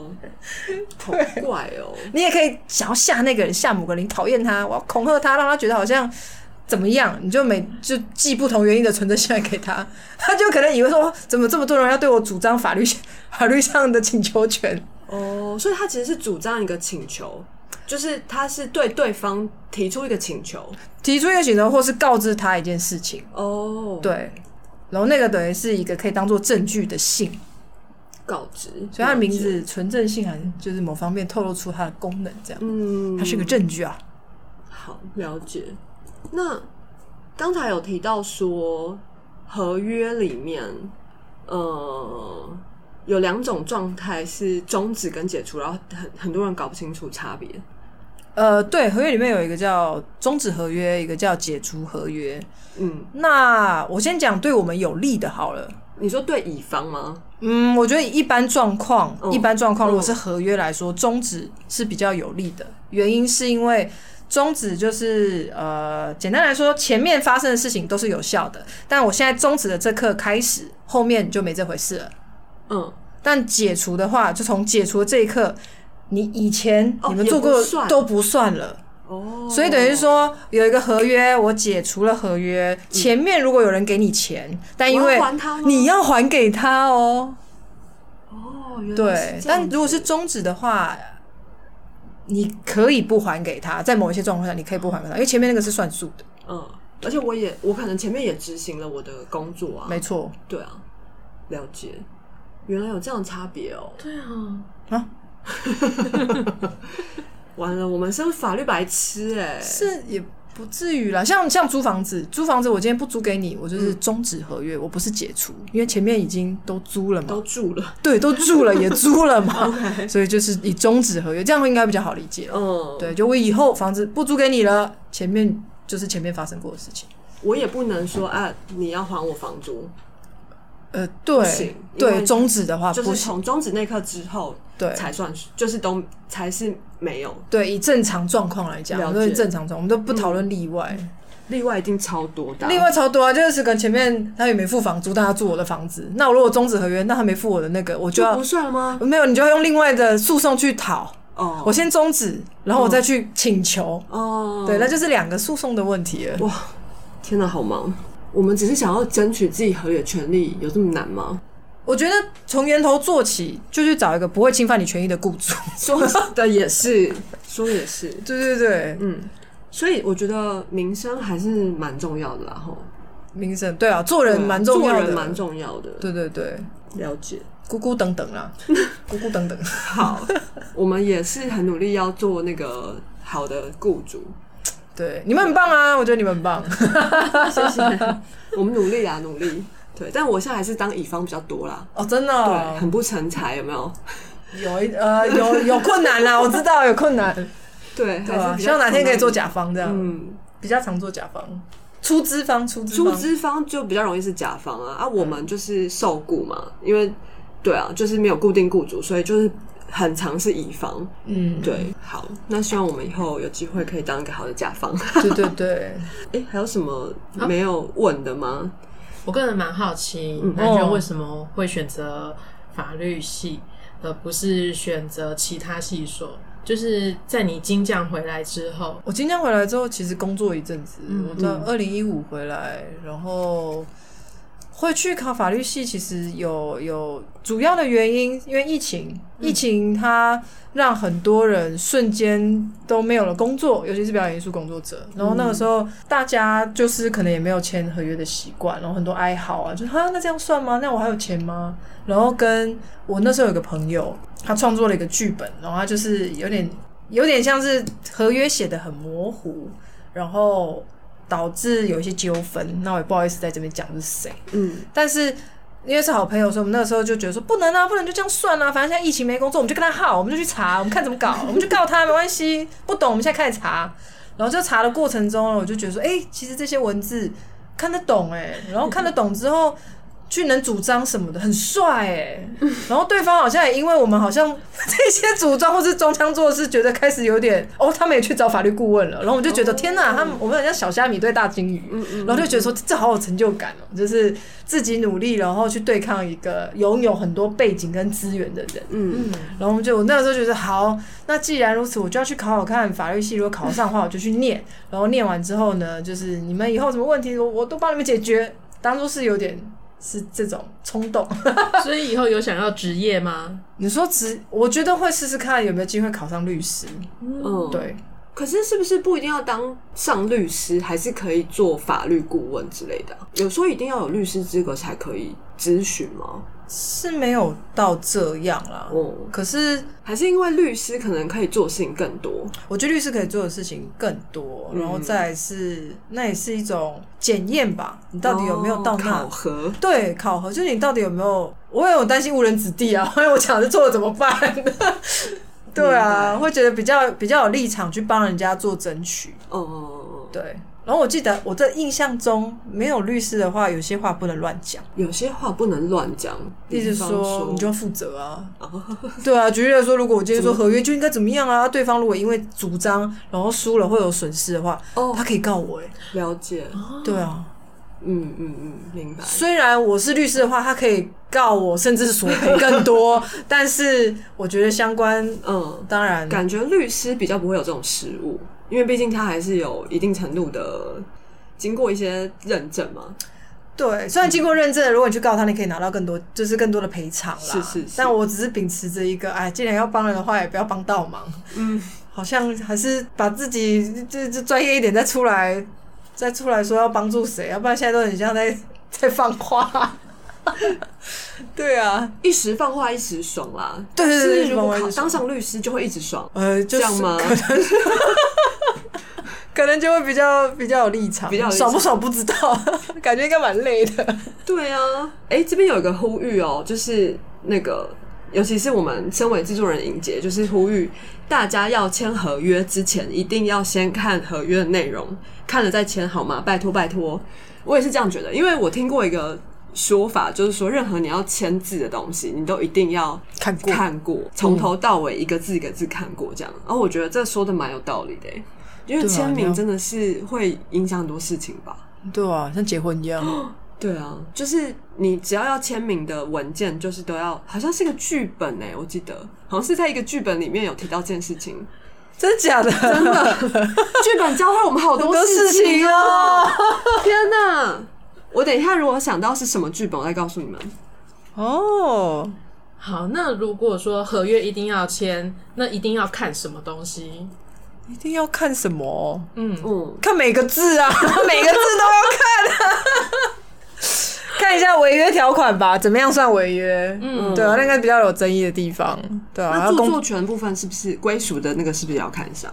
B: 好怪哦。
A: 你也可以想要吓那个人，吓某个人，你讨厌他，我要恐吓他，让他觉得好像怎么样，你就每就寄不同原因的存折信来给他， 他就可能以为说怎么这么多人要对我主张法律 法律上的请求权，
B: 哦，所以他其实是主张一个请求，就是他是对对方提出一个请求。
A: 提出一个请求或是告知他一件事情，
B: 哦，，
A: 对。然后那个等于是一个可以当做证据的信，
B: 告知，
A: 所以他的名
B: 了
A: 字
B: 解，
A: 纯正信函就是某方面透露出它的功能，这样，
B: 嗯，
A: 它是个证据啊。
B: 好了解。那刚才有提到说，合约里面，呃，有两种状态是终止跟解除，然后很很多人搞不清楚差别。
A: 呃，对，合约里面有一个叫终止合约，一个叫解除合约。
B: 嗯，
A: 那我先讲对我们有利的好了。
B: 你说对乙方吗？
A: 嗯，我觉得一般状况，
B: 嗯
A: 一般状况，
B: 嗯
A: 如果是合约来说，终止是比较有利的。原因是因为终止就是呃，简单来说，前面发生的事情都是有效的，但我现在终止的这刻开始，后面就没这回事了。
B: 嗯，
A: 但解除的话，就从解除的这一刻，你以前
B: 哦
A: 你们做过
B: 也
A: 的
B: 不算
A: 都不算了。
B: 哦，
A: 所以等于说有一个合约，我解除了合约，前面如果有人给你钱，但因
B: 嗯我
A: 为
B: 要还他吗
A: 你要还给他哦，
B: 哦，原来
A: 对
B: 是。这样
A: 但如果是终止的话，你可以不还给他，在某一些状况下你可以不还给他，因为前面那个是算数的，
B: 嗯，而且我也我可能前面也执行了我的工作啊，
A: 没错
B: 对啊，了解，原来有这样的差别哦。
C: 对啊，
A: 啊，
B: 完了，我们是不是法律白痴哎、
A: 是也。不至于啦，像像租房子，租房子我今天不租给你，我
B: 嗯
A: 就是终止合约，我不是解除，因为前面已经都租了嘛，
B: 都住了，
A: 对，都住了也租了 嘛，所以就是以终止合约，这样应该比较好理解哦。
B: 嗯，，
A: 对，就我以后房子不租给你了，前面就是前面发生过的事情。
B: 我也不能说啊，你要还我房租，
A: 呃，
B: 行
A: 对
B: 因
A: 对，
B: 为
A: 终止的话
B: 就
A: 啊不
B: 是
A: 行，
B: 从终止那刻之后
A: 对
B: 才算是，就是都才是没有，
A: 对，以正常状况来讲，
B: 了
A: 我们都是
B: 解嗯
A: 正常状况，我们都不讨论例外。
B: 例外一定超多的啊。
A: 例外超多啊，就是可能前面他也没付房租，但他住我的房子，那我如果终止合约，那他没付我的那个，我就
B: 就
A: 要
B: 不算吗？
A: 没有，你就要用另外的诉讼去讨。
B: 哦，
A: 我先终止，然后我再去请求。
B: 哦，
A: 对，那就是两个诉讼的问题了。
B: 哇，天哪，好忙。我们只是想要争取自己合理的权利，有这么难 吗？
A: 我觉得从源头做起，就去找一个不会侵犯你权益的雇 主。
B: 说的也是，说的也是，
A: 对对对，
B: 嗯，所以我觉得民生还是蛮重要的啦，吼，
A: 名声对啊，做人蛮重要
B: 做
A: 的，
B: 人蛮重要的，
A: 对对对，
B: 了解。
A: 咕咕等等 啦，咕咕等等，
B: 好，我们也是很努力要做那个好的雇 主，
A: 对，你们很棒啊，我觉得你们很 棒，
B: 谢谢，我们努力啊，努力。对，但我现在还是当乙方比较多啦，
A: 哦，真的
B: 对，
A: 哦、
B: 很不成才，有没有？
A: 有一呃有有困难啦，我知道有困 难，
B: 对，
A: 对
B: 还
A: 吧、
B: 是比
A: 希
B: 较
A: 望哪天可以做
B: 困
A: 甲方这样，
B: 难。嗯，
A: 比较常做甲方，出资方出资
B: 出
A: 方，
B: 资方就比较容易是甲方啊，啊，
A: 嗯
B: 我们就是受雇嘛，因为对啊，就是没有固定雇主，所以就是很常是乙方。
A: 嗯，
B: 对，好，那希望我们以后有机会可以当一个好的甲方。
A: 对对对，
B: 哎、还有什么
A: 啊
B: 没有问的吗？
C: 我个人蛮好奇，
B: 嗯
C: 男生
A: 哦
C: 为什么会选择法律系，而不是选择其他系所？就是在你金匠回来之后，
A: 我今天回来之后，其实工作一阵子，
C: 嗯
A: 我到
B: 嗯
A: 二零一五回来，然后会去考法律系，其实有有主要的原因，因为疫情，疫情它让很多人瞬间都没有了工作，尤其是表演艺术工作者。然后那个时候大家就是可能也没有签合约的习惯，然后很多哀嚎啊，就是哈那这样算吗？那我还有钱吗？然后跟我那时候有个朋友，他创作了一个剧本，然后他就是有点有点像是合约写的很模糊，然后导致有一些纠纷。那我也不好意思在这边讲是谁，
B: 嗯，
A: 但是。因为是好朋友，所以我们那个时候就觉得说不能啊，不能就这样算啊。反正现在疫情没工作，我们就跟他耗，我们就去查，我们看怎么搞，我们就告他，没关系。不懂，我们现在开始查。然后就查的过程中，我就觉得说，哎、其实这些文字看得懂哎、然后看得懂之后，去能主张什么的，很帅哎、然后对方好像也因为我们好像 这些主张或是装腔作势，觉得开始有点哦，他们也去找法律顾问了。然后我就觉得天哪，他们我们很像小虾米对大金鱼，然后就觉得说这好有成就感哦，就是自己努力，然后去对抗一个拥有很多背景跟资源的人。
B: 嗯，
A: 然后我们就我那个时候觉得好，那既然如此，我就要去考考看法律系，如果考上的话，我就去念。然后念完之后呢，就是你们以后有什么问题，我我都帮你们解决。当初是有点是这种冲动。
C: 所以以后有想要职业吗？
A: 你说只，我觉得会试试看有没有机会考上律师。
B: 嗯，。
A: 对，
B: 可是是不是不一定要当上律师，还是可以做法律顾问之类的啊？有时候一定要有律师资格才可以咨询吗？
A: 是没有到这样啦。
B: 哦，
A: 可是
B: 还是因为律师可能可以做的事情更多。
A: 我觉得律师可以做的事情更多，然后
B: 嗯
A: 再来是那也是一种检验吧，你到底有没有到
B: 哦
A: 那
B: 考核？
A: 对，考核就是你到底有没有？我也有担心误人子弟啊，万一 我讲的错了怎么办？ 对啊，
B: 明白
A: 会觉得比较比较有立场去帮人家做争取。
B: 哦哦，哦哦
A: 对，然后我记得我的印象中，没有律师的话，有些话不能乱讲，
B: 有些话不能乱讲，
A: 例如
B: 比方
A: 说
B: 说
A: 你就要负责啊。
B: 哦
A: 对啊，举例来说，如果我今天说合约就应该怎么样啊，对方如果因为主张然后输了会有损失的话，
B: 哦
A: 他可以告我哎、
B: 了解，
A: 对啊，
B: 嗯嗯嗯，明白。
A: 虽然我是律师的话，他可以告我，甚至是索赔更 多，但是我觉得相关
B: 嗯，
A: 当然
B: 感觉律师比较不会有这种失误，因为毕竟他还是有一定程度的经过一些认证嘛。
A: 对，虽然经
B: 嗯
A: 过认证，如果你去告他，你可以拿到更多，就是更多的赔偿啦。
B: 是是是
A: 但我只是秉持着一个，哎，既然要帮人的话，也不要帮倒忙。
B: 嗯，
A: 好像还是把自己这这专业一点再出来，再出来说要帮助谁，要不然现在都很像在在放 话。对啊，
B: 一时放话一时爽啦。
A: 对对对
B: 是如
A: 放
B: 果
A: 话
B: 考
A: 一时爽
B: 当上律师就会一直爽，
A: 呃，就
B: 这
A: 是
B: 样吗？
A: 可能就会比较比较有立场，
B: 比较有立场
A: 爽不爽不知道，感觉应该蛮累的。
B: 对啊，哎、这边有一个呼吁哦，就是那个，尤其是我们身为制作人莹姐，就是呼吁大家要签合约之前，一定要先看合约的内容，看了再签好吗？拜托拜托，我也是这样觉得，因为我听过一个说法，就是说任何你要签字的东西，你都一定要
A: 看过
B: 看过，嗯从头到尾一个字一个字看过这样。然后我觉得这说的蛮有道理的欸，因为
A: 对啊
B: 签
A: 你要
B: 名真的是会影响很多事情吧。
A: 对啊，像结婚一样。
B: 对啊，就是你只要要签名的文件，就是都要，好像是个剧本哎、我记得好像是在一个剧本里面有提到这件事 情。
A: 真假的？真的
B: 剧本教会我们好
A: 很
B: 多
A: 多
B: 事
A: 事情
B: 情
A: 哦
B: 哦！。天哪，我等一下如果想到是什么剧本，我再告诉你们。
A: 哦，
C: 好，那如果说合约一定要签，那一定要看什么东西？
A: 一定要看什么？
C: 嗯，
B: 嗯，
A: 看每个字啊， 每个字都要看 啊。看一下违约条款吧，怎么样算违约？嗯，对啊，那个比较有争议的地方，对啊，
B: 那
A: 要
B: 著
A: 公
B: 作权部分是不是归属的那个是不是也要看一下？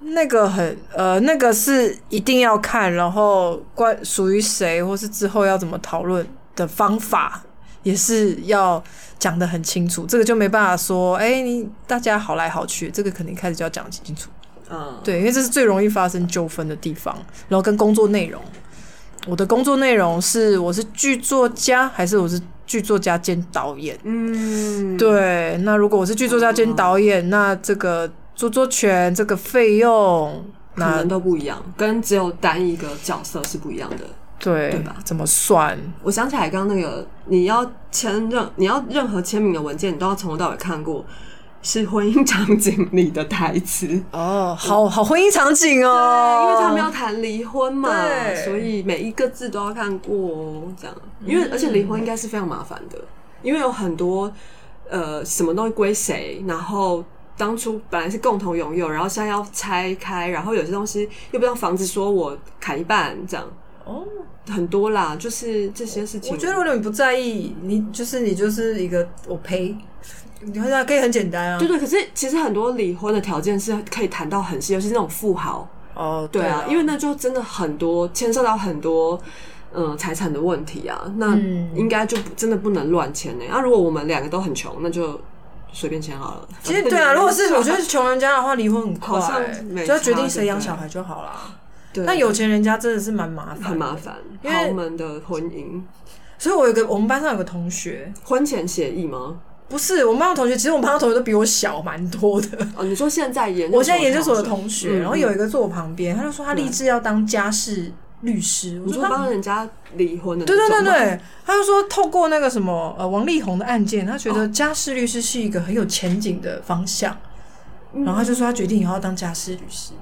A: 那个很呃，那个是一定要看，然后关属于谁，或是之后要怎么讨论的方法，也是要讲的很清楚。这个就没办法说，哎、你大家好来好去，这个肯定开始就要讲清楚。
B: 嗯，
A: 对，因为这是最容易发生纠纷的地方。然后跟工作内容，我的工作内容是我是剧作家，还是我是剧作家兼导演？
B: 嗯，
A: 对，那如果我是剧作家兼导演，那这个著作权、这个费用，
B: 可
A: 那
B: 能都不一样，跟只有单一个角色是不一样的。
A: 对
B: 对吧
A: 怎么算？
B: 我想起来，刚刚那个你要签任你要任何签名的文件，你都要从头到尾看过，是婚姻场景里的台词，因为
A: 哦，好好婚姻场景哦，
B: 他们要谈离婚嘛，
A: 对
B: 所以每一个字都要看过哦。这样，因为而且离婚应该是非常麻烦的，因为有很多呃什么东西归谁，然后。当初本来是共同拥有，然后现在要拆开，然后有些东西又不让房子说我砍一半，这样
A: 哦。
B: 很多啦，就是这些事情。
A: 我觉得如果你不在意，你就是你就是一个我赔，你好像可以很简单啊。
B: 对对，可是其实很多离婚的条件是可以谈到很细，尤其是那种富豪，
A: 哦，
B: 对啊，因
A: 为
B: 为那就真的很多牵涉到很多呃财产的问题啊，那
C: 嗯
B: 应该就不真的不能乱签呢。那、啊如果我们两个都很穷，那就随便签好了。
A: 其实对啊，如果是我觉得穷人家的话，离婚很快、
B: 好像
A: 欸
B: 没
A: 就要决
B: 差
A: 定谁
B: 对
A: 养
B: 不对
A: 小孩就好啦。
B: 对
A: 那有钱人家真的是蛮麻烦，
B: 很麻。烦，
A: 因为
B: 豪门的婚姻
A: 所以我有个我们班上有个同学，
B: 婚前协议吗？
A: 不是我们班上同学，其实我们班上同学都比我小蛮多 的。
B: 哦，你说现在研
A: 我现在研究所的
B: 同
A: 同学，
B: 嗯
A: 然后有一个坐我旁边，他就说他立志要当家事律师。我
B: 你说
A: 他
B: 帮人家离婚的，
A: 对对对，对，他就说透过那个什么呃王力宏的案件，他觉得家事律师是一个很有前景的方向，
B: 嗯
A: 然后他就说他决定以后要当家事律师。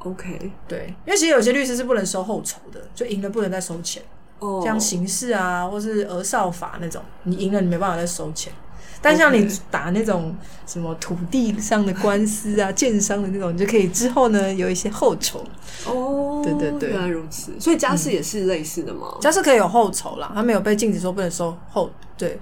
B: OK，
A: 对，因为其实有些律师是不能收后酬的，就赢了不能再收钱，
B: 哦，
A: 像刑事啊或是儿少法那种，你赢了你没办法再收钱。但像你
B: OK
A: 打那种什么土地上的官司啊、建商的那种，你就可以之后呢有一些后酬，
B: 哦，
A: 对对嗯对
B: 原来如此，所以家事也是类似的吗？
A: 家事可以有后酬啦，他没有被禁止说不能收后。对，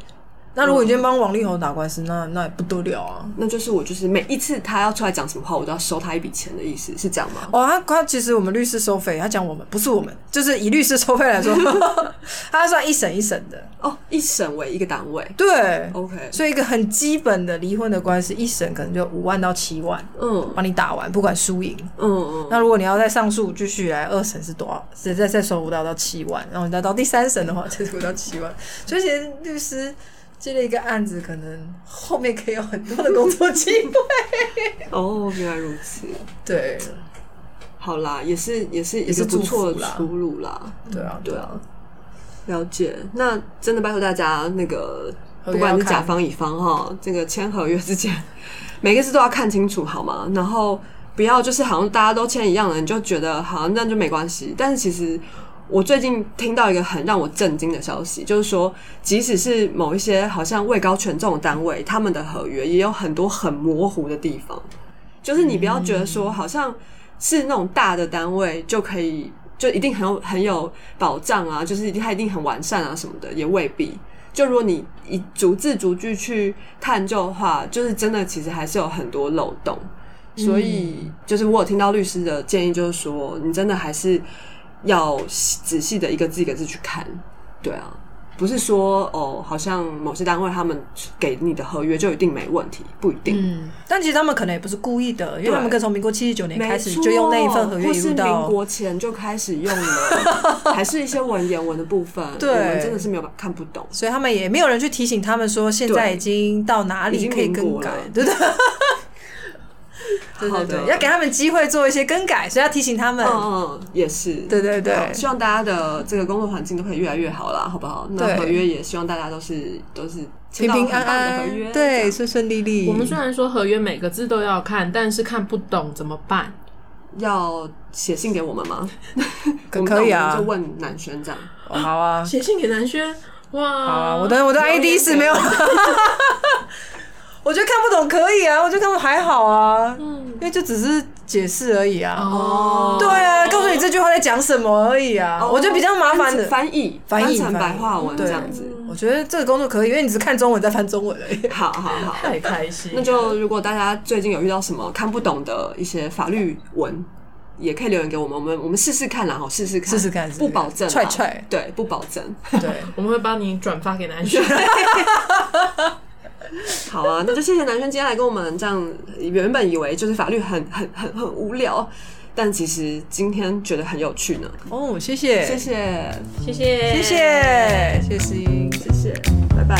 A: 那如果你今天帮王力宏打官司，那那也不得了啊！
B: 那就是我就是每一次他要出来讲什么话，我都要收他一笔钱的意思，是这样吗？
A: 哦，他他其实我们律师收费，他讲我们不是我们，就是以律师收费来说， 他算一审一审的。
B: 哦，一审为一个单位
A: 对，
B: ，OK，
A: 所以一个很基本的离婚的官司，一审可能就五万到七万，
B: 嗯
A: 帮你打完，不管输赢。
B: 嗯嗯，
A: 那如果你要再上诉继续来，二审是多少？是再再收五到到七万，然后你再到第三审的话，再收到七万。所以其实律师接了一个案子，可能后面可以有很多的工作机 会。
B: 哦，原来如此，
A: 对，
B: 好啦，也是也是也
A: 是
B: 是不错
A: 祝福
B: 的
A: 啦
B: 出路啦，
A: 对啊，
B: 对啊，了解。那真的拜托大家，那个
A: 合约要
B: 不管是甲
A: 看
B: 方乙方哈，这个签合约之前，每个字都要看清楚好吗？然后不要就是好像大家都签一样的，你就觉得好像那就没关系。但是其实我最近听到一个很让我震惊的消息，就是说，即使是某一些好像位高权重的单位，他们的合约也有很多很模糊的地方。就是你不要觉得
A: 嗯
B: 说好像是那种大的单位就可以，就一定很有很有保障啊，就是它一定很完善啊什么的，也未必。就如果你以逐字逐句去探究的话，就是真的其实还是有很多漏洞。所以
A: 嗯
B: 就是我有听到律师的建议，就是说你真的还是要仔细的一个字一个字去看，对啊。不是说哦，好像某些单位他们给你的合约就一定没问题，不一定。
A: 嗯，但其实他们可能也不是故意的，因为
B: 对
A: 他们可能从民国七十九年
B: 没
A: 开始
B: 错
A: 就用那一份合约
B: 或
A: 一
B: 是
A: 路
B: 民
A: 到
B: 国前就开始用 了，还是一些文言文的部分，
A: 对
B: 我们真的是没有办看不懂。
A: 所以他们也没有人去提醒他们说现在
B: 对
A: 已经到哪
B: 已
A: 里
B: 经
A: 可以
B: 民
A: 更
B: 国
A: 改
B: 了，
A: 对对对
B: 好
A: 对
B: 的
A: 对，要给他们机会做一些更改，所以要提醒他们。
B: 嗯嗯，也是，
A: 对对对
B: 好希望大家的这个工作环境都可以越来越好啦，好不好？那
A: 对
B: 合约也希望大家都是都是
A: 平
B: 签到
A: 平
B: 很
A: 安
B: 棒的合约，
A: 安，
B: 这
A: 对，
B: 样
A: 顺顺利利。
C: 我们虽然说合约每个字都要看，但是看不懂怎么办？
B: 要写信给我 们吗？
A: 可
B: 我们
A: 可以
B: 那
A: 啊
B: 我们就问南轩这样。
A: 哦好啊，
C: 写信给南轩，
A: 好啊，
B: 哦
C: 哇！
A: 我的我的 ID 是没有， 我觉得看不懂可以啊，我觉得看不懂还好啊，因为就只是解释而已啊。
C: 哦，
A: 对啊，告诉你这句话在讲什么而已啊，我觉得比较麻烦的。
B: 哦翻译，
A: 翻译
B: 成
A: 翻译
B: 白话文
A: 对
B: 这样子。
A: 我觉得这个工作可以，因为你只看中文在翻中文而已。
B: 好好好，
C: 太开心了，
B: 那就如果大家最近有遇到什么看不懂的一些法律文，也可以留言给我们，我们我们试试看啦，好，试试看，
A: 试试看试试
B: 不
A: 看
B: 保证啦，啊
A: 踹踹
B: 对，不保证。
A: 对，
C: 我们会帮你转发给南轩。
B: 好啊，那就谢谢男生今天来跟我们这样，原本以为就是法律很很很很无聊，但其实今天觉得很有趣呢。
A: 哦，谢谢，
B: 谢谢，
C: 谢谢，
A: 谢谢，谢谢思英。
B: 谢谢，拜拜。